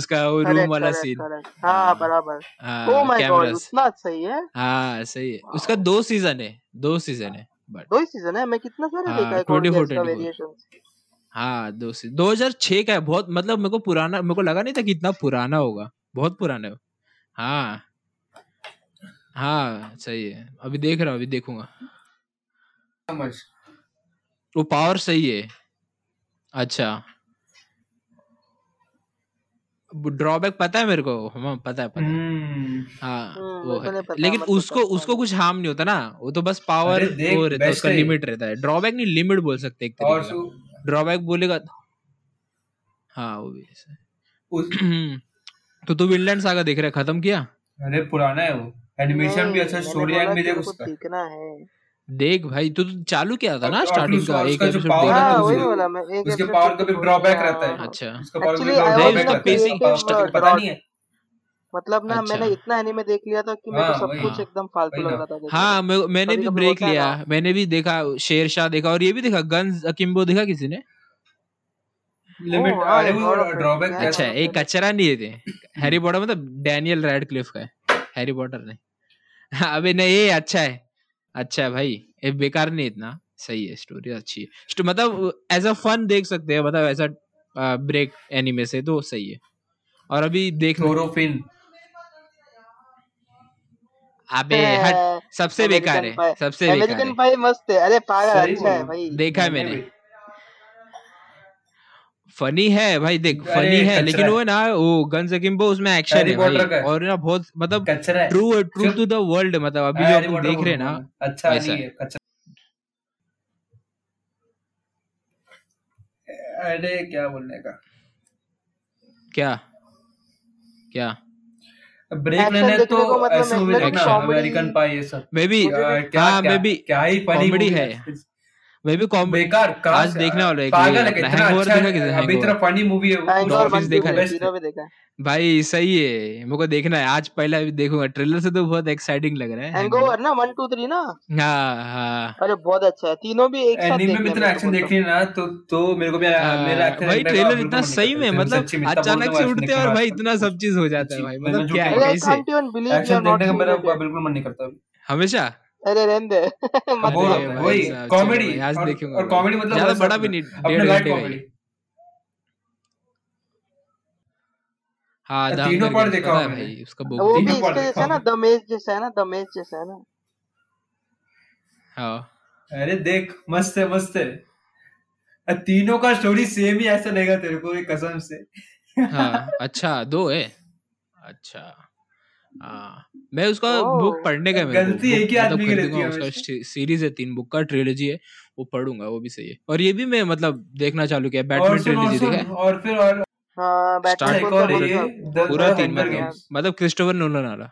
A: उसका वो रूम
C: करेक्ट
A: वाला
C: करेक्ट
A: सीन
C: करेक्ट हाँ
A: हाँ।
C: बराबर ओ
A: हाँ
C: माय गॉड
A: कैमरास
C: उतना सही है
A: हाँ सही है
C: Wow.
A: उसका दो सीजन है दो सीजन है बट
C: दो ही सीजन है मैं कितना सारे देखा
A: हाँ
C: है कॉड
A: ट्वेंटी फोर
C: के इसका
A: ट्वेंटी फोर
C: वेरिएशन
A: हाँ दो सीजन दो हजार छः का है बहुत मतलब मेरे को पुराना मेरे को लगा नहीं था कि इतना पुराना होगा बहुत पुराना है हाँ हाँ सही है अभी देख रहा हूँ अभी देखूंगा
B: समझ
A: वो पावर सही है अच्छा ड्रॉबैक पता है मेरे को हाँ पता है पता है
B: हम्म
A: हाँ
C: हम्म,
A: वो
C: मेरे को
A: है
C: नहीं पता,
A: लेकिन
C: मेरे को
A: उसको
C: पता
A: उसको
C: नहीं।
A: कुछ हार्म नहीं होता ना वो तो बस पावर
B: अरे देख
A: वो रहता है
B: बेस्ट
A: उसका
B: है
A: लिमिट रहता है ड्रॉबैक नहीं लिमिट बोल सकते एक
B: और
A: तरीके का
B: सु-
A: ड्रॉबैक बोलेगा तो- हाँ वो भी ऐसा
B: उस
A: है। तो तू विनलैंड सागा देख रहा है खत्म किया
B: अरे पुराना है वो एनिमेशन भी
C: नहीं
B: अच्छा
C: मैंने
B: स्टोरी
C: बोला
B: लाइन भी
C: कि तो-
B: देख
C: मेरे को
B: उसका
C: देखना है
A: देख भाई तू तो चालू किया था
B: और
A: ना
B: और फिर
A: स्टार्टिंग
B: उसका
A: का
B: और
A: एक
B: उसका जो
A: एपिसोड
B: पावर
A: देखा था
B: रहता है
C: हाँ वही
A: तूने
B: उसके
C: बोला मैं एक
B: तो उसके
C: एपिसोड
B: पावर का
C: देख के
B: भी
C: छोड़
B: ड्रॉबैक
C: दिया
B: रहता है
A: अच्छा
B: उसका पावर का
C: actually I was
B: drawback
C: in
A: creative
B: रहता है उसका पावर का तो पता नहीं है
C: अ क्रिएटिव ड्रॉट मतलब ना
A: अच्छा
C: मैंने इतना एनिमे देख लिया था कि मेरे को
B: हाँ
C: सब
B: वही
C: कुछ
A: हाँ
C: एकदम फालतू
B: वही
C: लग
B: ना
C: रहा था देखने
A: हाँ
C: में
A: मे- मैंने
C: कभी
A: भी
C: कभी
A: ब्रेक
C: होता है
A: लिया
C: ना
A: मैंने भी देखा शेर शाह देखा और ये भी देखा गन्स अकिम्बो देखा किसी ने
C: ओ
B: लिमिट
C: हाँ
B: अरे
C: आई
B: वो
C: हर्ड ऑफ इट
B: ड्रॉबैक
C: या
B: कैसा
A: अच्छा
C: हाँ, मैंने
A: एक
C: मैंने
A: कचरा नहीं थे हैरी पॉटर मतलब डैनियल रेडक्लिफ का है हैरी पॉटर नहीं हाँ, अबे नहीं ये अच्छा है अच्छा है भाई ये बेकार नहीं इतना सही है स्टोरी अच्छी है Sto- मतलब एज अ फन देख सकते हैं मतलब ऐसा ब्रेक एनिमे से तो सही है और अभी देखना
B: थोरोफिन
A: अबे हट सबसे बेकार
C: अमेरिकन
A: है
C: पाई
A: सबसे बेकार
C: अमेरिकन
A: है
C: पाई मस्त है अरे पागल
B: सही
C: अच्छा
B: बोल
C: है
B: रहा
C: भाई
B: हूँ।
A: देखा है
B: मैंने
A: मैंने
B: भी
A: फनी है भाई देख
B: अरे
A: फनी है
B: कचरा
A: लेकिन
B: है
A: वो ना वो गन्स अकिम्बो उसमें एक्शन
B: हैरी
A: है भाई
B: पॉटर का है,
A: और ना बहुत मतलब
B: कचरा हाँ, है
A: ट्रू ट्रू
B: चुप
A: टू द वर्ल्ड मतलब अभी जो
B: हैरी
A: हम लोग
B: पॉटर
A: देख
B: बोल
A: रहे हैं
B: रहा हूँ
A: ना
B: मैं अच्छा
A: वैसा
B: नहीं
A: है
B: है कचरा अरे क्या बोलने का
A: क्या क्या
B: ब्रेक लेना है
C: एक्शन
B: तो
C: देखने को मतलब
B: ऐसी
C: मैं-
B: मूवी
C: मेरे को
B: देखना
A: एक्शन
C: कॉमेडी
B: अमेरिकन पाई ये सब
A: मे भी
C: मुझे
B: क्या
C: भी
B: क्या
A: हाँ
B: क्या
A: मे भी
B: क्या ही फनी
A: कॉमेडी
B: मूवी
A: है
B: है
A: मे भी कॉम
B: बेकार
A: आज
B: काश
A: देखने वाला है एक ये
B: पागल है
A: अपना
B: कितना
A: हैंगओवर
B: अच्छा
A: देखा किसने
B: अभी इतना
A: हैंगओवर
B: फनी मूवी है वो
A: द
C: हैंगओवर
A: ऑफिस
C: वन भी
A: देखा है
B: उसको बेस्ट है हाँ,
C: मैंने जीरो भी देखा है
A: भाई सही है मेरे को देखना है आज पहला अभी देखूंगा ट्रेलर से तो बहुत एक्साइटिंग लग रहा है हैंगओवर
C: हैंगओवर ना वन टू थ्री ना
A: हाँ हाँ
C: अरे बहुत अच्छा है तीनों भी एक साथ
B: एनीमे में
C: देखने हैं
B: इतना एक्शन
C: मेरे को
B: देख लिया
C: बोल रहा
B: ना तो तो मेरे को भी मेरा
A: हाँ,
B: एक्शन
A: भाई
B: देखने का
A: ट्रेलर इतना
B: बिल्कुल मन नहीं
A: सही
B: करता
A: में
B: इसलिए
A: मतलब अचानक से उठते
B: मैं सच्ची में इतना बोल रहा हूँ एक्शन
A: हैं और भाई इतना सब चीज हो जाता है भाई मतलब क्या
B: देखने का आजकल सच्ची मैं मैं झूठ नहीं
C: हूँ
A: है कैसे
B: बोलता एक्शन देखने
C: अरे I can't even believe you are not
B: का मेरा
C: सीन इट यार
B: बिल्कुल मन नहीं करता अभी
A: हमेशा
C: अरे रहने दे मत
B: बोर
A: अरे
C: देखो
B: होता है
A: भाई
B: वही
A: साहब चलो भाई आज देखेंगे भाई
B: कॉमेडी और और कॉमेडी मतलब
A: ज्यादा
B: बस
A: बड़ा भी
B: अपना
A: नहीं डेढ़
B: अपना लाइट
A: घंटे का ही
B: कॉमेडी
A: है। हाँ दम करके
B: तीनों पार्ट देखा
A: पता है भाई उसका बुक देखा है
B: हुआ मैंने तीनों पार्ट देखा हुआ
C: वो भी इसके जैसा है
B: मैंने
C: ना द मेज जैसा है ना द मेज जैसा है ना
A: हाँ
B: अरे देख मस्त है मस्त है और तीनों का स्टोरी सेम ही ऐसा लगेगा तेरे को ये कसम से
A: हाँ अच्छा दो है अच्छा हाँ मैं उसका
C: ओ
A: बुक पढ़ने का है मेरे को
B: गलती
A: बुक
B: एक ही
A: मतलब खरीदूंगा
B: आदमी की रहती है
A: उसका
B: हमेशा
A: सीरीज है तीन बुक का ट्रिलोजी है वो पढ़ूंगा वो भी सही है और ये भी मैं मतलब देखना चालू किया
B: और
A: बैटमैन
B: सुन
A: ट्रिलोजी देखा
B: और सुन
A: है
B: और फिर और
C: हाँ बैटमैन
A: स्टार्ट
B: अच्छा एक
C: कौन सा
B: और है
C: बोल
A: पूरा पूरा
B: ये द द
C: रहे हो आप बैटमैन
A: तीन मतलब
B: हंगर
C: कौन यार
B: गेम्स
A: मतलब क्रिस्टोफर नोलन वाला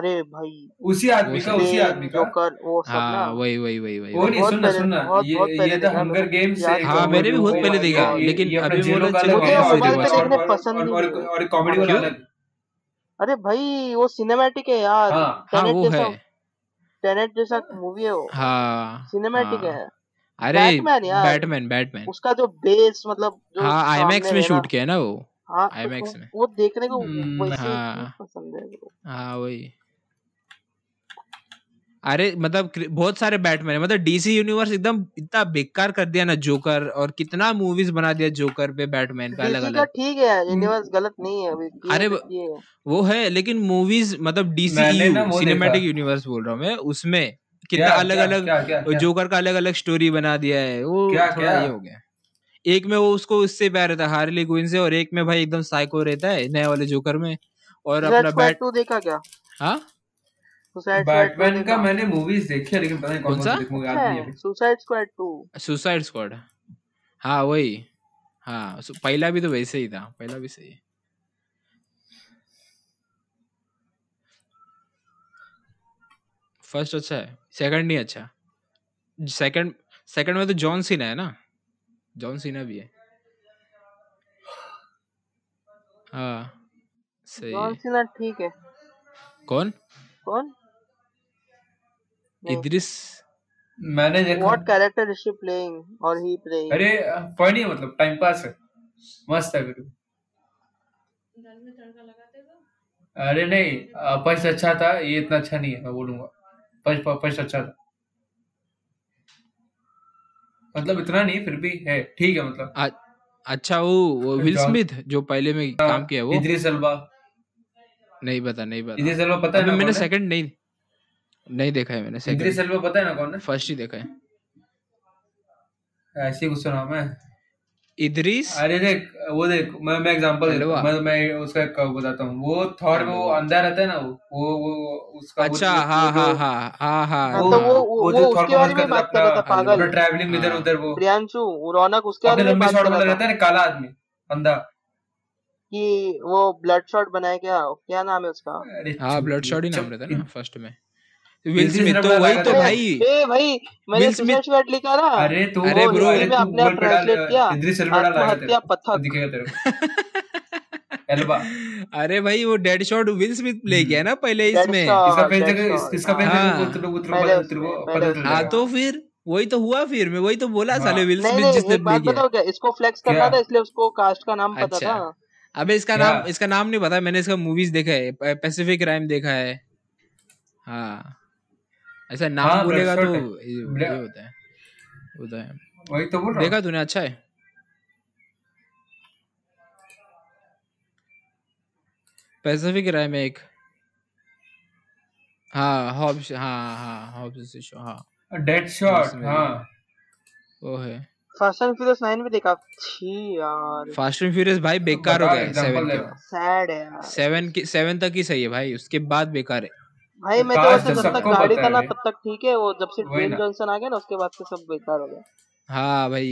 C: अरे भाई
B: उसी
A: वो
B: आदमी का
A: सब
B: उसी
C: बेन
B: आदमी का
C: जोकर वो सब ना
A: हाँ वही वही वही वही
B: वो
C: मैं
B: नहीं
C: बहुत
B: सुनना
C: पहले
B: सुनना
C: बहुत
B: ये ये
C: बहुत पहले
B: द
C: देखा मेरे
B: हंगर
C: को
B: गेम्स से
C: याद
B: एक
C: नहीं
A: हाँ
C: है
A: मैंने
B: कॉमेडी
A: भी
B: वो
A: बहुत
C: ओ
A: पहले
C: माय
B: ये
A: देखा
C: गॉड
B: ये
A: लेकिन
B: ये
A: अभी बोला चलो वापस से देखूंगा क्यों
B: अपना जीरो का अलग है और और और और और, और कॉमेडी वाला अलग
C: मुझे वो मोबाइल पे देखने पसंद ही नहीं है अरे भाई वो सिनेमैटिक है यार
B: हाँ
A: हाँ
C: टेनेट
A: वो है
C: जैसा टेनेट जैसा मूवी है वो
A: हाँ
C: सिनेमैटिक है
A: हाँ अरे
C: बैटमैन यार
A: बैटमैन बैटमैन
C: उसका जो बेस मतलब जो
A: हाँ आईमैक्स में
C: सामने है ना
A: शूट किया है ना वो
C: हाँ तो वो,
A: आईमैक्स में
C: वो देखने को
B: हम्म,
C: वैसे ही
A: हाँ
C: पसंद है तो वो।
A: हाँ वही अरे मतलब क्रि- बहुत सारे बैटमैन है मतलब डीसी यूनिवर्स एकदम इतना बेकार कर दिया ना जोकर और कितना मूवीज बना दिया जोकर पे बैटमैन पे अलग
C: डीसी का
A: अलग
C: ठीक है यूनिवर्स
B: हम्म,
C: गलत नहीं है अभी किए
A: अरे
C: तो
A: ब-
C: किए हैं।
A: वो है लेकिन मूवीज मतलब
B: मैंने ना
A: डीसीईयू
B: वो देखा
A: सिनेमैटिक यूनिवर्स बोल रहा हूँ मैं उसमें
B: क्या
A: कितना अलग
B: क्या
A: अलग
B: क्या क्या क्या
A: जोकर का अलग अलग स्टोरी बना दिया है वो
B: क्या
A: थोड़ा
B: क्या
A: ये हो गया एक में वो उसको उससे प्यार रहता है हार्ली क्विन से और एक में भाई एकदम साइको रहता है नए वाले जोकर में और
C: सुसाइड
A: अपना
C: स्क्वाड
A: बैट
C: टू देखा क्या
A: हाँ
C: सुसाइड स्क्वाड टू
B: बैटमैन का
C: देखा
B: मैंने मूवीज देखी है लेकिन पता नहीं कौन
A: कौन
B: कौन
A: सा
B: सी देखूंगा
C: अच्छा
B: याद नहीं है
C: है
B: अभी
C: Suicide Squad two
A: Suicide Squad हाँ वही हाँ सु- पहला भी तो वैसे ही था पहला भी सही है फर्स्ट अच्छा है सेकंड नहीं अच्छा सेकंड सेकंड में तो जॉन सीना है ना जॉन सीना भी है हाँ सही
C: जॉन
A: है तो
C: सीना ठीक है
A: कौन
C: कौन नहीं,
A: इद्रिस
B: मैंने देखा
C: what character is she playing or he playing
B: तो- अरे फनी मतलब टाइम पास है मस्त है बिल्कुल
D: दाल में तड़का लगाते हो
B: अरे नहीं फर्स्ट अच्छा था ये इतना अच्छा नहीं है मैं बोलूंगा फर्स्ट फर्स्ट अच्छा था मतलब इतना नहीं फिर भी है ठीक है मतलब
A: अच्छा वो, वो विल
B: जॉन-
A: स्मिथ जो पहले में काम किया वो
B: इधरी सलवा
A: नहीं पता नहीं पता
B: इधरी सलवा पता है
A: अबे
B: ना
A: मैंने
B: कौन है?
A: सेकंड नहीं नहीं देखा है मैंने
B: इधरी
A: सेकंड
B: सलवा पता है ना कौन
A: फर्स्ट ही देखा है
B: है ऐसे ही कुछ तो नाम है
A: इद्रिस
B: अरे देख वो देख मैं मैं एग्जांपल
A: हलवा।
B: मैं मैं उसका एक बताता हूँ वो थॉर में वो
A: हलवा।
B: अंधा रहता है ना वो वो वो उसका वो-
A: अच्छा
B: वो-
A: हाँ
B: वो-
A: हाँ हाँ हाँ हाँ
C: हाँ, तो वो
A: हाँ।
C: वो,
B: जो
C: वो
B: थॉर
C: उसके
B: को
C: बारे
B: हल
C: में
B: करता
C: बात कर रहा था
A: अपना
C: पागल
B: ट्रैवलिंग इधर
A: हाँ।
B: उधर वो
C: प्रियांशु वो रौनक उसके
B: अपने
C: बारे में
B: लंबी
C: बात
B: शॉट
C: कर
B: वाला
C: रहा
B: रहता
C: था
B: है ना काला आदमी अंधा
C: कि वो ब्लड शॉट बनाया क्या क्या नाम है उसका
B: अरे
A: हाँ
B: चुप,
A: ब्लड शॉट ही नाम
B: चुप,
A: रहता है
B: इन-
A: ना फर्स्ट में विल
B: इद्रिस
A: स्मिथ तो
B: रब्बा
A: वही
B: लगा
A: तो
B: था।
C: ए,
A: भाई
C: ए भाई मैंने
A: Will
C: सुशांत शिवाट लिखा ना
B: अरे तू
A: अरे
C: वो
A: bro,
B: अरे
C: हिंदी
A: अरे
C: में
B: तू
C: अपने आप
B: गूगल पे डाल
C: ट्रांसलेट किया
B: इधर सलवा डाल आया तेरे
C: आत्महत्या
B: को
C: पथक
B: दिखेगा तेरे को एल्बा
A: अरे भाई वो dead shot Will Smith play किया ना पहले
C: डेड
A: इसमें
B: इसका
C: शॉट
B: पेज
C: डेड
B: देखो इस-
C: शॉट
B: इसका पेज
A: हाँ।
B: देखो तेरे को तेरे
C: पहले
B: को- तेरे
C: उसमें,
B: को
C: पहले
B: पता
C: उसमें।
A: हाँ
B: चलेगा
A: तो फिर वही तो हुआ फिर मैं वही तो बोला
B: हाँ।
A: साले विल
C: नहीं
A: स्मिथ
C: नहीं
A: जिसने
C: एक
A: प्ले
C: बात
A: किया
C: बताओ क्या इसको फ्लेक्स करना
B: क्या?
C: था इसलिए उसको कास्ट का नाम पता
A: अच्छा।
C: था
A: अबे इसका
B: क्या?
A: नाम इसका नाम नहीं पता मैंने इसका मूवीज देखा है पैसिफिक राइम देखा है हाँ ऐसा नाम
B: हाँ,
A: बोलेगा
B: Bloodshot
A: तो
B: है।
A: ये
B: Blood-
A: ये होता है होता है
B: वही तो बोल रहा
A: देखा तूने अच्छा है पैसिफिक राइम एक हाँ हॉब्स हाँ हाँ हॉब्स से शो हाँ
B: हूँ डेड शॉट
A: उसमें।
B: हाँ
A: वो है
C: फास्ट एंड फ्यूरियस 9 में देखा छी यार
A: फास्ट एंड फ्यूरियस भाई बेकार हो
B: बताओ
A: गया है
B: example
A: सेवन के
B: दे।
A: बाद
C: सैड है यार
A: सेवन की सेवन तक ही सही है भाई उसके बाद बेकार है
C: भाई मैं तो
B: कास्ट
C: वैसे
B: तो
C: जब तक
B: सबको
C: गाड़ी
B: पता
C: था
B: है
C: ना
B: भाई।
C: तब तक ठीक है वो जब से
B: वही
C: ड्वेन
B: ना।
C: जॉनसन आ गया ना उसके बाद से सब बेकार हो गया
A: हाँ भाई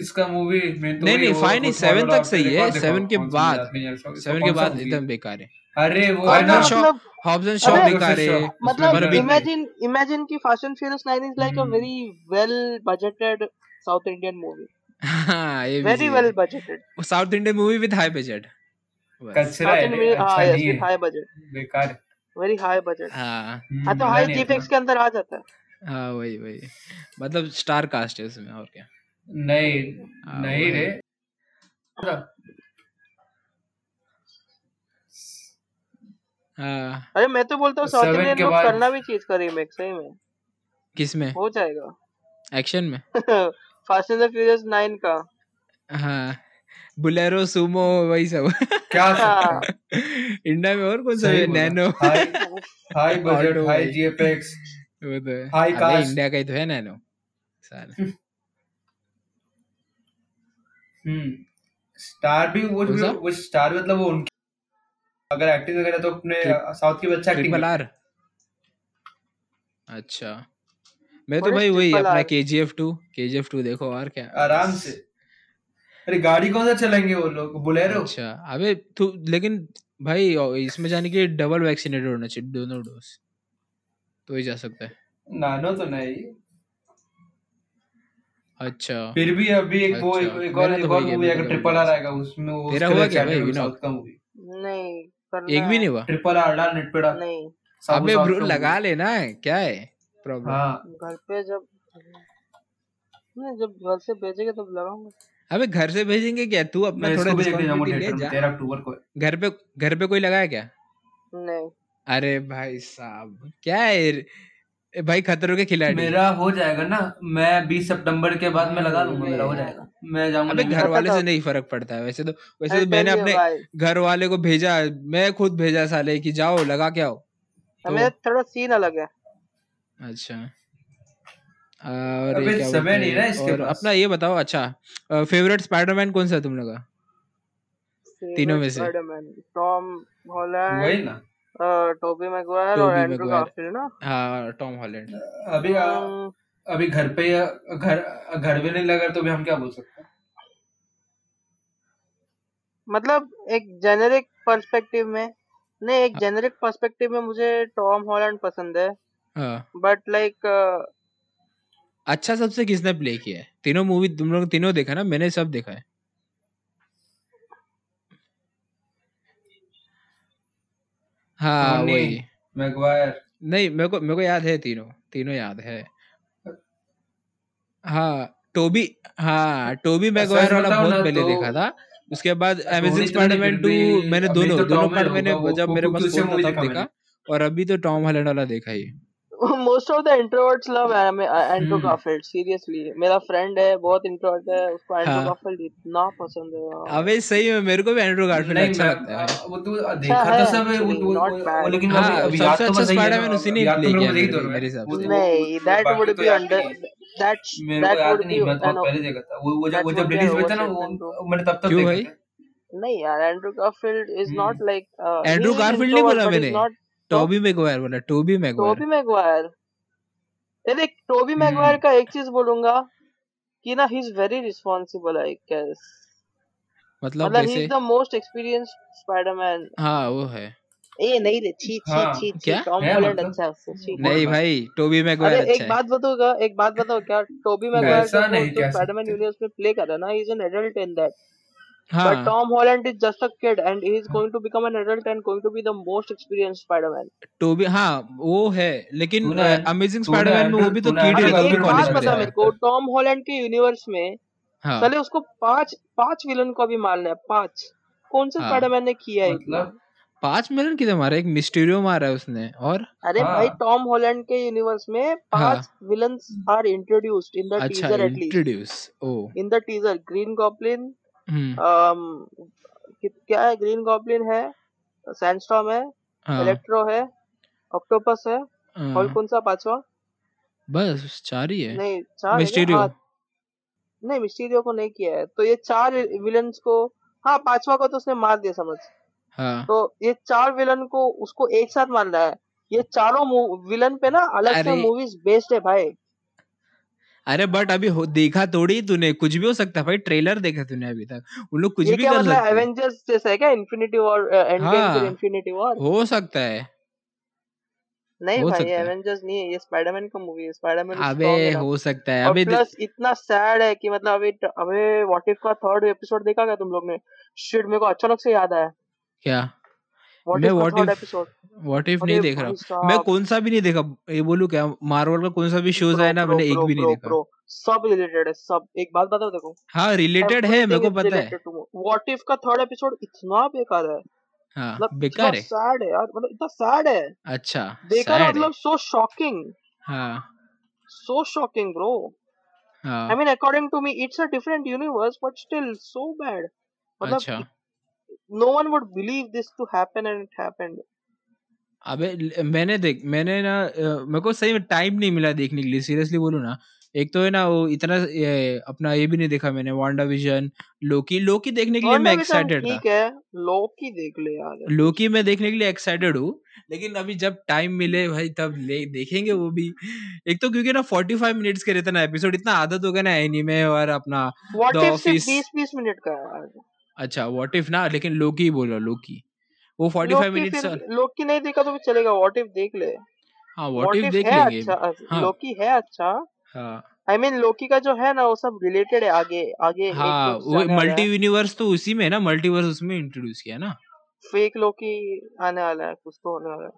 B: इसका मूवी में तो
A: नहीं,
B: वही
A: नहीं,
B: वो-
A: fine
B: वो
A: है,
B: Thor
A: 7
B: वाला
A: तक सही
B: आपने
A: है,
B: record देखा
A: 7 के
B: कौन सा
A: बाद।
B: याद नहीं है, इसका- इसका
A: सेवन के
B: कौन सा
A: बाद
B: movie?
A: एकदम बेकार है
B: अरे वो
C: और
B: है ना
C: ना
A: हॉब्स शॉ
C: मतलब
A: हॉब्स एंड शॉ
C: अबे,
A: बेकार है
B: उसमें
C: मतलब
A: पर
B: villain
A: भी
B: है।
C: इमेजिन इमेजिन की Fast and Furious 9 is like a
B: hmm.
C: Very well budgeted South Indian movie
A: हाँ ये भी
C: वेरी
A: सही
C: वेल
A: है
C: budgeted
A: South Indian movie with high budget
B: कचरा
C: साउथ
B: है
C: इंडियन मूवी
B: अच्छा
C: हाँ यस
B: नहीं
C: विद
B: है
C: हाई बजट
B: बेकार है।
C: वेरी हाई बजट
A: हाँ
B: हम्म,
C: हाँ तो
B: मजा
C: हाई
B: नहीं आता
C: जीपेक्स के अंदर आ जाता है
A: हाँ वही वही मतलब स्टार कास्ट है उसमें और क्या
B: नहीं
A: हाँ,
B: नहीं
A: वही।
B: रे
A: हाँ
C: अरे मैं तो बोलता हूँ साउथ
B: Seven
C: इंडियन
B: के
C: लोग
B: बाद-
C: करना भी चाहिए इसका रीमेक सही में
A: किस में
C: हो जाएगा
A: एक्शन में
C: फास्ट एंड फ्यूरियस 9 का
A: हाँ बुलेरो सुमो वही सब
B: क्या
C: हाँ
A: इंडिया में और कौन सा
B: सही बोला।
A: Nano
B: high high budget
A: Auto
B: high
A: भाई।
B: जीएफएक्स
A: वो तो है
B: High
A: अबे
B: caste।
A: इंडिया का ही तो है नैनो साला
B: हम्म स्टार भी वो
A: कौन
B: भी
A: सा?
B: वो स्टार भी मतलब वो उनकी अगर एक्टिंग वगैरह तो अपने
A: Trip-
B: साउथ की भी अच्छा एक्टिंग
A: ट्रिपल आर अच्छा मैं तो
C: What is
A: भाई वही
C: triple
A: अपना
C: R?
A: के जी एफ टू के जी एफ टू देखो और क्या
B: आराम से अरे गाड़ी कौन सा चलाएंगे वो लोग बोलेरो
A: अच्छा अबे तू लेकिन भाई इसमें जाने के लिए डबल वैक्सीनेटेड होना चाहिए दोनों डोज तो ही जा सकता है
B: नानो तो नहीं
A: अच्छा
B: फिर भी अभी एक वो
A: अच्छा,
B: एक, एक और
A: मेरा तो
B: एक
A: हो
B: और
A: ही गया,
B: मूवी
A: मेरा तो हो
B: अगर ट्रिपल
A: गया।
B: आर आएगा उसमें वो
A: तेरा हुआ
B: उसके लिए
A: क्या भाई,
B: excited
A: विनोद?
B: हूँ, साउथ का मूवी
C: नहीं करना
A: एक भी नहीं
C: है।
A: हुआ
B: ट्रिपल आर डाल नेट पे डाल
C: नहीं
B: सब
A: अबे
B: साउथ
A: ब्रो
B: का
A: लगा
B: movie।
A: लेना क्या है प्रॉब्लम
B: हाँ
C: घर पे जब नहीं जब घर से भेजेगा तब लगाऊंगा
A: अबे घर से भेजेंगे क्या तू
B: मैं
A: अपना थोड़ा
B: इसको भी देखने
A: रिस्पॉन्सिबिलिटी ले
B: जाऊंगा थिएटर में
A: जा
B: 13 अक्टूबर को है।
A: घर पे घर पे कोई लगाया क्या
C: नहीं
A: अरे भाई साहब क्या है ए भाई खतरों के खिलाड़ी
B: मेरा हो जाएगा ना मैं 20 सितंबर के बाद मैं लगा लूंगा मेरा हो जाएगा मैं जाऊंगा
A: अबे
B: नहीं
A: घर
C: पता
A: वाले
C: था-
A: से नहीं फर्क पड़ता है वैसे तो वैसे
C: I
A: तो मैंने
C: tell you,
A: अपने
C: भाई
A: घर वाले को भेजा मैं खुद भेजा साले कि जाओ लगा के आओ तो
C: हमें थोड़ा सीन अलग है
A: अच्छा और ये
B: अबे
A: क्या बोलते
B: समय नहीं
A: हैं,
B: ना इसके
A: और
B: पास।
A: अपना ये बताओ अच्छा फेवरेट स्पाइडरमैन कौन सा है तुम लोग का तीनों में से।
C: टॉम
B: वही
C: हॉलैंड
B: ना
C: टोबी मैगवायर और
A: टोबी
C: एंड्रू
A: मैगवायर।
C: गारफील्ड ना
A: हाँ टॉम हॉलैंड
B: अभी आ,
C: Hmm,
B: अभी घर पे घर घर पे नहीं लगा तो भी हम क्या बोल सकते हैं
C: मतलब एक जेनेरिक पर्सपेक्टिव में नहीं एक जेनेरिक पर्सपेक्टिव में मुझे टॉम हॉलैंड पसंद है
A: हाँ
C: बट लाइक
A: अच्छा सबसे किसने प्ले किया है तीनों मूवी तुम लोग तीनों देखा ना मैंने सब देखा है हाँ
B: धोनी।
A: वही
B: मैगवायर
A: नहीं मेरे को मेरे को याद है तीनों तीनों याद है हाँ टोबी
B: अच्छा,
A: हाँ टोबी मैगवायर वाला
B: बताऊं
A: बहुत
B: ना
A: पहले
B: तो-
A: देखा था उसके बाद अमेजिंग
B: धोनी तो नहीं,
A: स्पाइडरमैन
B: फिर
A: टू
B: भी-
A: मैंने
B: अभी
A: दोनों
B: तो
A: दोनों
B: Tom
A: पार्ट
B: Holland
A: मैंने
B: होगा, वो
A: जब मेरे
B: कोको
A: पास
B: क्यूसे
A: फोन
B: movie
A: था तब
B: देखा
A: देखा
B: मैंने।
A: और अभी तो टॉम हॉलैंड वाला देखा ही
C: most of the introverts love Andrew
B: hmm.
C: Garfield seriously मेरा फ्रेंड है बहुत इंट्रोवर्ट है उसको एंड्रू
A: हाँ
C: गारफील्ड इतना पसंद है
A: अबे सही में मेरे को भी एंड्रू गारफील्ड
B: नहीं
A: अच्छा
B: मैं
A: लगता है
B: अब वो तो
C: अच्छा
B: देखा
C: है
B: तो सब है वो
C: एक्चुअली
B: वो-
C: नॉट
B: वो- वो
C: बैड
B: लेकिन वो अभी
A: हाँ
B: अभी याद
A: सबसे
B: तो
A: अच्छा
B: बस यही है
A: स्पाइडरमैन
B: ना
A: उसी
B: अब
A: ने ही
B: याद तो
A: प्ले
B: मेरे
A: किया मेरे
B: को बस यही दोनों है
A: मेरे हिसाब
B: वो
A: से
B: वो
C: नहीं
B: वो-
C: दैट
B: बाकी
C: वुड
B: तो
C: बी
B: याद ही
C: अंडर
B: नहीं है
C: दैट
B: मेरे को
C: दैट
B: याद
C: वुड
B: नहीं
C: बी
B: मैं तो बहुत
C: एन
B: पहले देखा था वो वो जब
C: दैट
B: वो
C: वुड
B: जब
C: बी एन
B: रिलीज हुए थे ना वो
C: ओवरस्टेटमेंट
B: वो मैंने तब तक
A: क्यों
B: देखे
A: भाई
B: थे
C: नहीं यार Andrew Garfield is not
B: hmm
C: like he
A: Andrew
C: is
A: Garfield Hmm. नहीं बोला
C: इंट्रोवर्ट बट इज
A: मैंने
C: नॉट तो
A: टोबी मैगवायर बोला Hmm. Tobey Maguire
C: Tobey Maguire देख टोबी मैगवायर
B: हम्म
C: का एक चीज बोलूंगा कि ना he is very responsible I guess
A: मतलब
C: मतलब ही इज
B: तो-
A: कैसे
C: द मोस्ट एक्सपीरियंस्ड स्पाइडरमैन
A: हाँ वो है
C: ए नहीं रे छी छी छी
B: हाँ
C: छी
A: क्या
C: टॉम
B: है
C: हॉलैंड
B: मतलब
C: अच्छा है उससे छी
B: गुड
A: नहीं
B: बाय
A: भाई टोबी
C: अरे
A: मैगवायर अच्छा
C: एक
A: है
C: बात बताओ एक बात बताओ क्या टोबी मैगवायर
B: ऐसा
C: जब वो
B: नहीं
C: जो
B: कह
C: स्पाइडरमैन
B: सकते
C: यूनिवर्स में प्ले कर रहा है ना is an adult in that but
A: हाँ
C: Tom Holland is just a kid and he is
B: हाँ
C: going to become an adult and going to be the most experienced Spiderman
A: Tobey हाँ वो है लेकिन
B: तूने
A: अमेजिंग
B: तूने
A: स्पाइडरमैन में
B: Andrew
A: वो भी तो
B: तूने
A: किड ही
B: एंड्रू
A: था वो भी
C: अबे एक
A: कॉलेज
B: गारफील्ड को
C: बात
A: में
C: बता
A: था
B: डिफरेंस
C: मेरे को
B: करता है
C: टॉम हॉलैंड के यूनिवर्स में
A: हाँ
C: साले उसको पांच पांच विलन को भी मारना है पांच कौन से
A: हाँ
C: स्पाइडरमैन ने किया है इतना
B: मतलब
A: पांच मिलियन किधर मारा एक मिस्टीरियो मारा है उसने और
C: अरे भाई
B: हाँ
C: टॉम हॉलैंड के यूनिवर्स में
A: हाँ
C: पांच villains are introduced in the
A: अच्छा
C: teaser at least
A: introduce oh
C: in the teaser green goblin हाँ,
A: हम्म
C: um, क्या है ग्रीन गॉब्लिन है सैंडस्टॉर्म है
A: हाँ
C: इलेक्ट्रो है ऑक्टोपस है और
A: हाँ
C: कौन सा पांचवा
A: बस चार ही है
C: नहीं चार है क्या
A: मिस्टीरियो
C: हाँ नहीं मिस्टीरियो को नहीं किया है तो ये चार विलन्स को हाँ पांचवा को तो उसने मार दिया समझ
A: हाँ
C: तो ये चार विलन को उसको एक साथ मारना है ये चारों विलन पे ना अलग से
A: अरे
C: मूवीज बेस्ड है भाई
A: अरे बट अभी हो, देखा थोड़ी तूने कुछ भी हो सकता है भाई ट्रेलर देखा तूने अभी तक उन लोग कुछ
C: ये
A: भी
C: क्या
A: कर
C: मतलब
A: सकते हैं
C: एवेंजर्स जैसा है क्या इन्फिनिटी वॉर एंड गेम फिर
A: हाँ
C: इन्फिनिटी वॉर
A: हो सकता है
C: नहीं
A: हो
C: भाई ये
A: सकता है
C: एवेंजर्स नहीं है ये स्पाइडरमैन का मूवी है स्पाइडरमैन इज
A: अबे
C: स्ट्रॉन्ग इनफ
A: हो सकता है
C: और
A: अबे दे-
C: प्लस इतना सैड है कि मतलब अभी अबे व्हाट इफ का थर्ड एपिसोड देखा क्या तुम लोग ने शिट मेरे को अचानक से याद आया
A: क्या
C: व्हाट
A: मैं
C: इफ का
A: what
C: third
A: if
C: episode
A: what if नहीं
C: अरे
A: देख रहा
C: भाई
A: हूँ मैं
C: साहब
A: कौन सा भी नहीं देखा ये बोलू क्या मार्वल का कौन सा भी शोज
C: ब्रो
A: आया ना
C: ब्रो
A: मैंने एक
C: ब्रो
A: भी नहीं
C: ब्रो
A: देखा
C: ब्रो सब रिलेटेड है सब एक बात बताओ देखो
A: हाँ रिलेटेड है मेरे
C: एवरीथिंग
A: को
C: इज
A: पता है
C: रिलेटेड टू व्हाट इफ का थर्ड एपिसोड इतना बेकार है
A: हाँ
C: मतलब इतना
A: बेकार है
C: सैड है यार मतलब इतना सैड है
A: अच्छा
C: बेकार
A: सैड है
C: मतलब सो शॉकिंग
A: हाँ
C: सो शॉकिंग ब्रो आई
A: हाँ
C: mean according to me it's a different universe but still so bad मतलब
A: अच्छा
C: इत, no one would believe this to happen and it happened
A: अबे ल- मैंने देख मैंने ना अ, मेरे को सही में टाइम नहीं मिला देखने के लिए सीरियसली बोलूँ ना एक तो है ना वो इतना ये, अपना ये भी नहीं देखा मैंने वांडा विजन लोकी लोकी देखने के लिए मैं
C: वांडाविजन
A: एक्साइटेड था
C: ठीक है लोकी देख ले यार
A: लोकी
C: एटलीस्ट
A: मैं देखने के लिए एक्साइटेड हूँ लेकिन अभी जब टाइम मिले भाई तब ले देखेंगे वो भी एक तो क्योंकि ना फोर्टी फाइव मिनट्स के रहते ना एपिसोड इतना आदत हो गया ना एनीमे और अपना द
C: व्हाट इफ सिर्फ
A: ऑफिस
C: बीस बीस मिनट का है यार
A: अच्छा व्हाट इफ ना लेकिन लोकी बोलो लोकी वो फोर्टी फाइव
C: लोकी
A: मिनट्स
C: फिर लोकी नहीं देखा तो भी चलेगा व्हाट इफ देख ले
A: हाँ व्हाट
C: व्हाट
A: इफ
C: इफ
A: देख
C: है
A: लेंगे
C: अच्छा
A: हाँ
C: लोकी है अच्छा
A: हाँ
C: आई मीन लोकी का जो है ना वो सब रिलेटेड है आगे आगे एक
A: हाँ
C: कुछ
A: वो
C: जाने वाला
A: मल्टी
C: है
A: यूनिवर्स तो उसी में है ना मल्टीवर्स उसमें इंट्रोड्यूस किया ना
C: फेक लोकी आने वाला है कुछ तो होने वाला है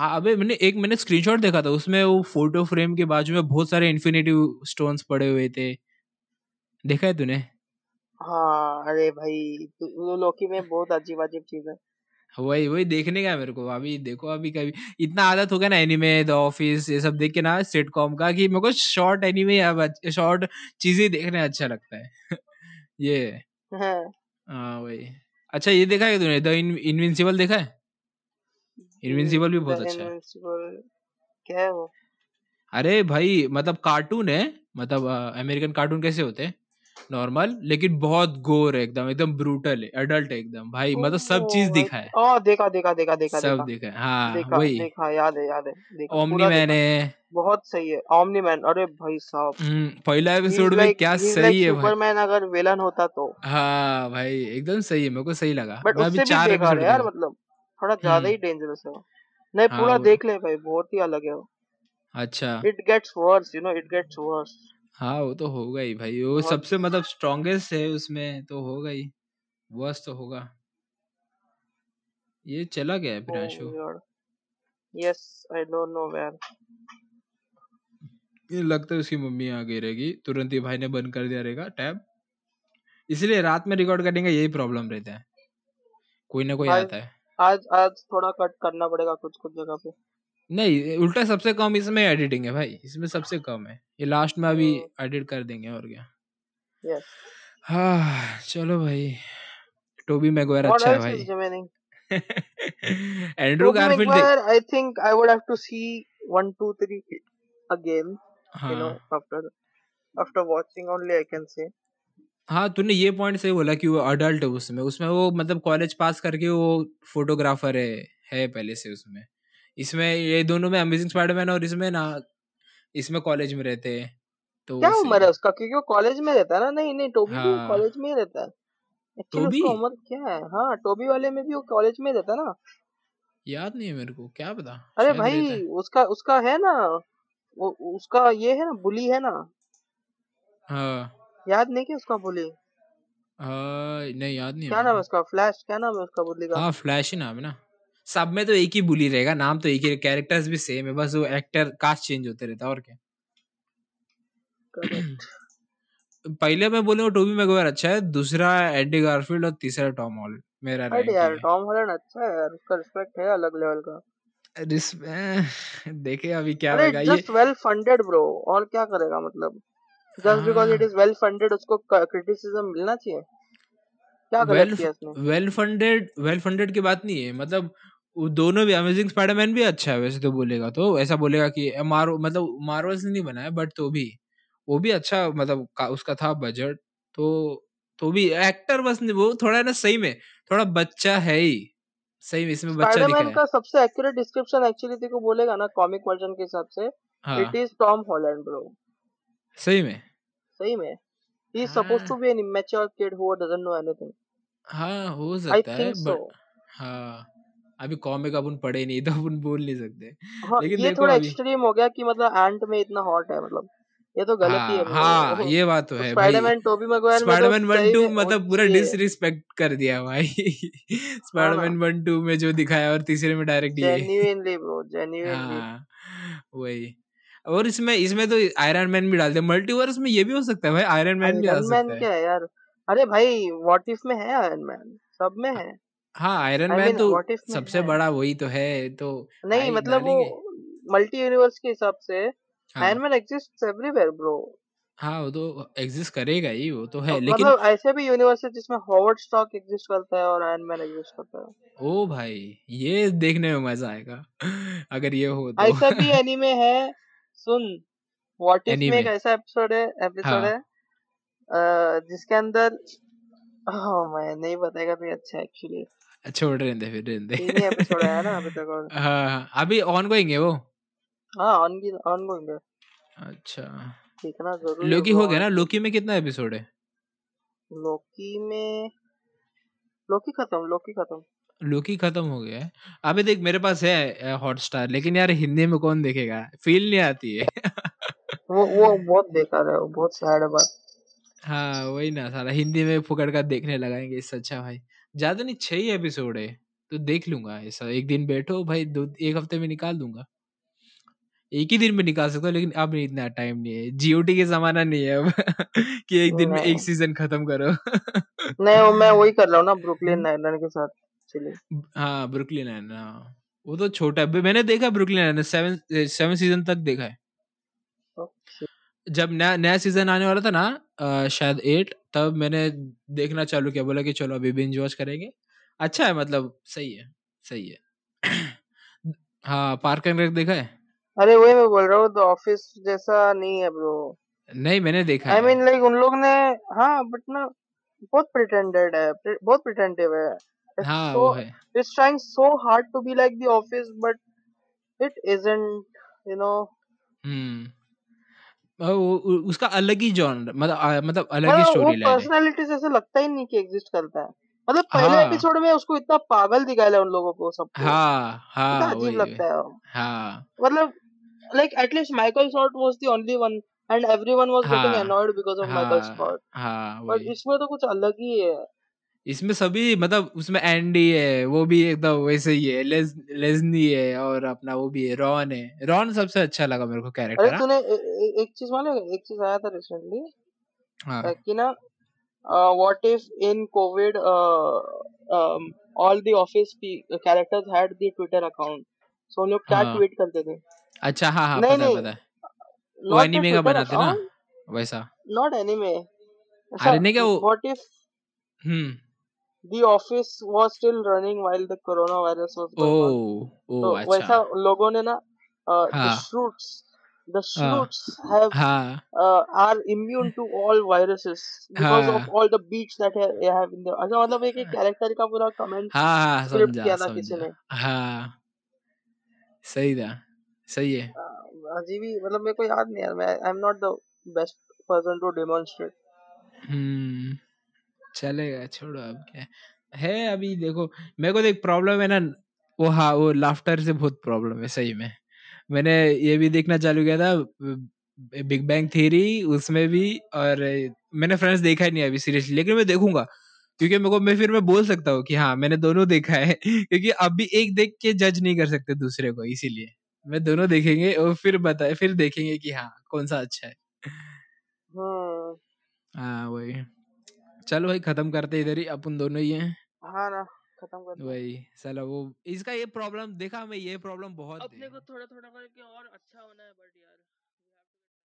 A: हाँ अबे मैंने एक मैंने स्क्रीनशॉट देखा था उसमें वो फोटो फ्रेम के बाजू में बहुत सारे इन्फिनिटी स्टोन्स पड़े हुए थे देखा है तूने
C: हाँ अरे भाई तो वो लोकी में बहुत अजीब अजीब चीज है
A: वही वही देखने का है मेरे को अभी देखो अभी कभी इतना आदत हो गया ना एनीमे द ऑफिस ये सब देख के ना सिटकॉम का कि मेरे को शॉर्ट एनीमे या शॉर्ट चीजें देखने अच्छा लगता है ये है।
C: हाँ,
A: हाँ वही अच्छा ये देखा है तूने द इनविंसिबल देखा है इनविंसिबल भी
C: द
A: बहुत अच्छा है
C: इनविंसिबल क्या है वो
A: अरे भाई मतलब कार्टून है मतलब अमेरिकन कार्टून कैसे होते हैं नॉर्मल लेकिन बहुत गोर है एकदम एकदम ब्रूटल है एडल्ट है एकदम भाई मतलब सब चीज
C: ओह
A: दिखा है
C: अच्छा ओ देखा देखा देखा देखा
A: सब
C: देखा
A: दिखा है हाँ
C: देखा
A: वही
C: देखा याद है याद है देखा
A: ओमनी
C: पूरा
A: मैन
C: देखा
A: है
C: बहुत सही है ओमनी मैन अरे भाई साहब
A: हम्म, पहला
C: ही इज
A: एपिसोड में
C: लाइक
A: क्या
C: ही इज लाइक
A: सही है भाई
C: सुपरमैन अगर विलन होता तो
A: हाँ भाई एकदम सही है मेरे को सही लगा
C: बट
A: मैं अभी
C: उससे भी
A: चार
C: बेकार
A: एपिसोड
C: है यार
A: देखा
C: मतलब थोड़ा ज्यादा
A: हम्म
C: ही डेंजरस है वो। नहीं
A: हाँ वो
C: पूरा
A: हाँ।
C: देख ले भाई बहुत ही अलग है मतलब
A: अच्छा
C: it gets worse you know it gets worse
A: हाँ वो तो होगा ही भाई वो
C: बहुत
A: सबसे मतलब स्ट्रॉन्गेस्ट है उसमें तो होगा ही वर्स्ट तो होगा ये चला गया है
C: ओ
A: प्रियांशु
C: यार yes I don't know man
A: ये लगता है उसकी मम्मी आ गई रहेगी तुरंत ही भाई ने बंद कर दिया रहेगा टैब इसलिए रात में रिकॉर्ड करने का यही प्रॉब्लम रहता है कोई ना कोई
C: भाई-
A: आता है
C: आज आज थोड़ा कट करना पड़ेगा कुछ कुछ जगह पे
A: नहीं उल्टा सबसे कम इसमें एडिटिंग है भाई इसमें सबसे कम है ये लास्ट में अभी
C: हम्म।
A: एडिट कर देंगे और क्या
C: यस
A: हाँ चलो भाई टोबी मैगवायर
C: व्हाट
A: अच्छा है
C: एल्स
A: भाई
C: is remaining
A: Andrew
C: Tobey
A: Garfield
C: Maguire I think I would have to see 1 2 3 again
A: हाँ
C: you know after after watching only i can say
A: हाँ तूने ये पॉइंट सही बोला कि वो अडल्ट है उसमें उसमें वो मतलब कॉलेज पास करके वो फोटोग्राफर है है पहले से उसमें इसमें ये दोनों में अमेजिंग स्पाइडरमैन और इसमें ना इसमें कॉलेज में रहते हैं तो
C: क्या
A: वो सही
C: उम्र है
A: है।
C: उसका क्योंकि वो कॉलेज में रहता है ना नहीं नहीं टोबी भी
A: हाँ।
C: कॉलेज में ही रहता है एक्चुअली
A: टोबी?
C: उसका उम्र क्या है हाँ टोबी वाले में भी वो कॉलेज में ही रहता है ना
A: याद नहीं है मेरे को क्या पता शायद
C: अरे
A: रहता
C: भाई
A: है।
C: उसका उसका है ना वो उसका ये है ना बुली है ना
A: हाँ
C: याद नहीं क्या उसका बुली
A: हाँ नहीं याद नहीं है
C: क्या
A: मेरे
C: नाम है
A: को।
C: उसका फ्लैश क्या नाम है उसका बुली का
A: हाँ फ्लैश ही नाम है ना सब में तो एक ही बुली रहेगा नाम तो एक ही कैरेक्टर्स भी सेम है बस वो एक्टर कास्ट चेंज होते रहता है और क्या
C: Correct.
A: पहले मैं बोलूँ टोबी मैगवायर अच्छा है दूसरा एडी गारफील्ड और तीसरा टॉम हॉल मेरा
C: हट
A: रैंकिंग
C: यार
A: है
C: टॉम हॉलैंड अच्छा है यार उसका रिस्पेक्ट है अलग लेवल का
A: रिस- अह, देखे अभी क्या
C: अरे
A: होगा ये
C: जस्ट वेल फंडेड ब्रो और क्या करेगा मतलब जस्ट बिकॉज इट
A: हाँ।
C: इज वेल फंडेड उसको क्रिटिसिज्म मिलना चाहिए क्या गलत
A: वेल
C: किया इसने
A: वेल फंडेड वेल फंडेड की बात नहीं है मतलब वो दोनों भी अमेजिंग स्पाइडरमैन भी अच्छा है वैसे तो बोलेगा तो ऐसा बोलेगा कि मारो मतलब मार्वल से नहीं बनाया बट तो भी वो भी अच्छा मतलब का, उसका था बजट तो तो भी एक्टर बस नहीं वो थोड़ा ना सही में थोड़ा बच्चा है ही सही में इसमें बच्चा दिखा
C: स्पाइडरमैन
A: है
C: का सबसे एक्यूरेट डिस्क्रिप्शन एक्चुअली तेरे को बोलेगा ना कॉमिक वर्जन के हिसाब से इट
A: हाँ
C: इज टॉम हॉलैंड ब्रो
A: सही में
C: सही में ही इज सपोज टू
A: हाँ
C: be an immature kid who doesn't know anything
A: हाँ हो
C: आई
A: सकता है
C: थिंक सो
A: बट हाँ अभी कॉमिक अपन पढ़े नहीं तो अपन बोल नहीं सकते
C: हाँ
A: लेकिन
C: ये
A: देखो
C: थोड़ा
A: अभी
C: एक्सट्रीम हो गया कि मतलब एंट में इतना हॉट है मतलब ये तो गलती है
A: हाँ हाँ
C: मतलब
A: ये बात तो
C: तो
A: है भाई
C: स्पाइडरमैन टोबी मैगवायर में तो
A: स्पाइडरमैन वन
C: सही
A: टू
C: में होना
A: मतलब पूरा
C: चाहिए
A: डिसरिस्पेक्ट कर दिया भाई
C: हाँ ना
A: स्पाइडरमैन वन टू में जो दिखाया और तीसरे में डायरेक्ट ये
C: जेन्युइनली ब्रो जेन्युइनली
A: हाँ वही और इसमें इसमें तो आयरन मैन भी डालते हैं मल्टीवर्स में ये भी हो सकता है भाई आयरन मैन भी आ
C: आयरन मैन
A: सकता है
C: क्या है यार अरे भाई व्हाट इफ में है आयरन मैन सब में है
A: हाँ आयरन
C: आई
A: मैन
C: मीन
A: तो
C: व्हाट इफ में
A: सबसे
C: है
A: बड़ा वही तो है तो
C: नहीं
A: आई
C: मतलब वो
A: डालेंगे
C: मल्टी यूनिवर्स के हिसाब से
A: हाँ
C: Iron Man exist everywhere bro
A: हाँ वो तो एग्जिस्ट करेगा ही वो तो है लेकिन
C: मतलब ऐसे भी यूनिवर्स है जिसमें हॉवर्ड स्टॉक एग्जिस्ट करता है और आयरन मैन एग्जिस्ट करता है
A: ओ भाई ये देखने में मजा आएगा अगर ये हो तो
C: ऐसा भी एनीमे है सुन व्हाट इफ में एक
A: एनीमे
C: ऐसा एपिसोड है एपिसोड
A: हाँ
C: है अ, जिसके अंदर ओह मैं नहीं बताएगा तो ये अच्छा है एक्चुअली
A: छोड़ रहे थे फिर रहने
C: तीन ही एपिसोड आया ना अभी तो।
A: दे
C: तक और
A: हाँ हाँ, अभी ऑन गोइंग है वो
C: हाँ ऑन ऑन गोइंग है
A: अच्छा
C: देखना जरूरी है
A: लोकी
C: ब्रो
A: हो गया ना
C: ऑन
A: लोकी में कितना एपिसोड है
C: लोकी में लोकी खत्म लोकी खत्म
A: लोकी खत्म हो गया है अबे देख मेरे पास है हॉटस्टार लेकिन यार हिंदी में कौन देखेगा फील नहीं आती है
C: वो वो बहुत बेकार है वो बहुत सैड है बात
A: हाँ वही ना सारा हिंदी में पकड़ कर देखने लगाएंगे इससे अच्छा भाई ज्यादा नहीं छह ही एपिसोड है तो देख लूंगा ऐसा एक दिन बैठो भाई दो एक हफ्ते में निकाल दूंगा एक ही दिन में निकाल सकता हूँ लेकिन अब नहीं इतना टाइम नहीं है जीओटी के जमाना नहीं है अब कि एक दिन में
C: नहीं
A: एक सीजन खत्म करो
C: हाँ। नहीं वो मैं वही कर रहा हूँ ना ब्रुकलिन
A: हम्म।
C: नाइन के साथ चलिए
A: हाँ ब्रुकलिन है ना वो तो छोटा है मैंने देखा ब्रुकलिन है सेवन सेवन सीजन तक देखा है
C: ओके
A: जब नया नया सीजन आने वाला था ना अ, शायद एट तब मैंने देखना चालू किया बोला कि चलो अभी बिंज वॉच करेंगे अच्छा है मतलब सही है सही है हाँ पार्क एंड रेक देखा है
C: अरे वही मैं बोल रहा हूँ द ऑफिस जैसा नहीं है ब्रो
A: नहीं मैंने देखा
C: आई
A: है
C: मीन लाइक उन लोग ने हाँ बट ना बहुत प्रिटेंडेड है pre- बहुत प्रिटेंटिव है इट्स
A: हाँ
C: सो
A: वो है
C: it's trying so hard to be like the office but it isn't you know
A: hmm uh, वो उ- उसका अलग ही जॉनर मतलब अ, मतलब अलग ही
C: मतलब वो
A: स्टोरी लाइन है
C: पर्सनालिटी से ऐसे लगता ही नहीं कि एग्जिस्ट करता है मतलब पहले
A: हाँ
C: एपिसोड में उसको इतना पागल दिखाया है उन लोगों को सबको
A: हाँ
C: कितना
A: हाँ
C: अजीब
A: वही वही
C: लगता है
A: हाँ
C: मतलब like at least Michael Short was the only one and everyone was getting
A: हाँ
C: annoyed because of Michael
A: हाँ
C: Short.
A: हाँ
C: But
A: वही
C: इसमें तो कुछ अलग ही है
A: इसमें सभी मतलब उसमें एंडी है वो भी एकदम वैसे ही है लेज, लेजनी है और अपना वो भी है रॉन है रॉन सबसे अच्छा लगा मेरे को
C: अरे
A: कैरेक्टर
C: तूने ए- ए- एक चीज मालूम है? एक चीज आया था रिसेंटली तो
A: हाँ
C: कि ना what if in Covid all the office characters had the Twitter account so लोग क्या
A: हाँ
C: ट्वीट करते थे
A: अच्छा हाँ हाँ
C: नहीं
A: पता है
C: नहीं
A: पता है वो एनिमे का
C: नॉट द ट्विटर
A: बनाते ना
C: अकाउंट
A: वैसा
C: नॉट एनीमे ऐसा
A: अरे नहीं क्या वो
C: what if
A: hmm
C: the office was still running while the coronavirus was
A: ओ
C: going on.
A: ओ
C: तो
A: अच्छा
C: वैसा लोगों ने ना द
A: हाँ
C: श्रूट्स द
A: हाँ
C: श्रूट्स हैव
A: हाँ
C: are immune to all viruses because of
A: हाँ
C: all the beets that have in the अच्छा मतलब एक एक कैरेक्टर का पूरा कमेंट
A: हाँ हाँ
C: स्क्रिप्ट
A: समझा
C: किया था किसी
A: समझा
C: ने
A: हाँ सही था सही है
C: अ, अजीब ही मतलब मेरे को याद नहीं यार मैं I am not the best person to demonstrate
A: hmm चलेगा छोड़ो अब क्या है है अभी देखो मेरे को तो एक प्रॉब्लम है ना वो हाँ वो लाफ्टर से बहुत प्रॉब्लम है सही में मैंने ये भी देखना चालू किया था बिग बैंग थ्योरी उसमें भी और मैंने फ्रेंड्स देखा ही नहीं अभी सीरियसली लेकिन मैं देखूंगा क्योंकि मेरे को मैं फिर मैं बोल सकता हूँ कि हाँ मैंने दोनों देखा है क्योंकि अभी एक देख के जज नहीं कर सकते दूसरे को इसीलिए मैं दोनों देखेंगे और फिर बताए फिर देखेंगे कि हाँ कौन सा अच्छा है
C: हम्म
A: हाँ वही चलो भाई खत्म करते हैं इधर ही अपन दोनों ही हैं
C: हाँ ना खत्म करते हैं
A: वही साला वो इसका ये प्रॉब्लम देखा हमें ये प्रॉब्लम बहुत
E: अपने
A: है
E: को थोड़ा थोड़ा करके और अच्छा होना है बट यार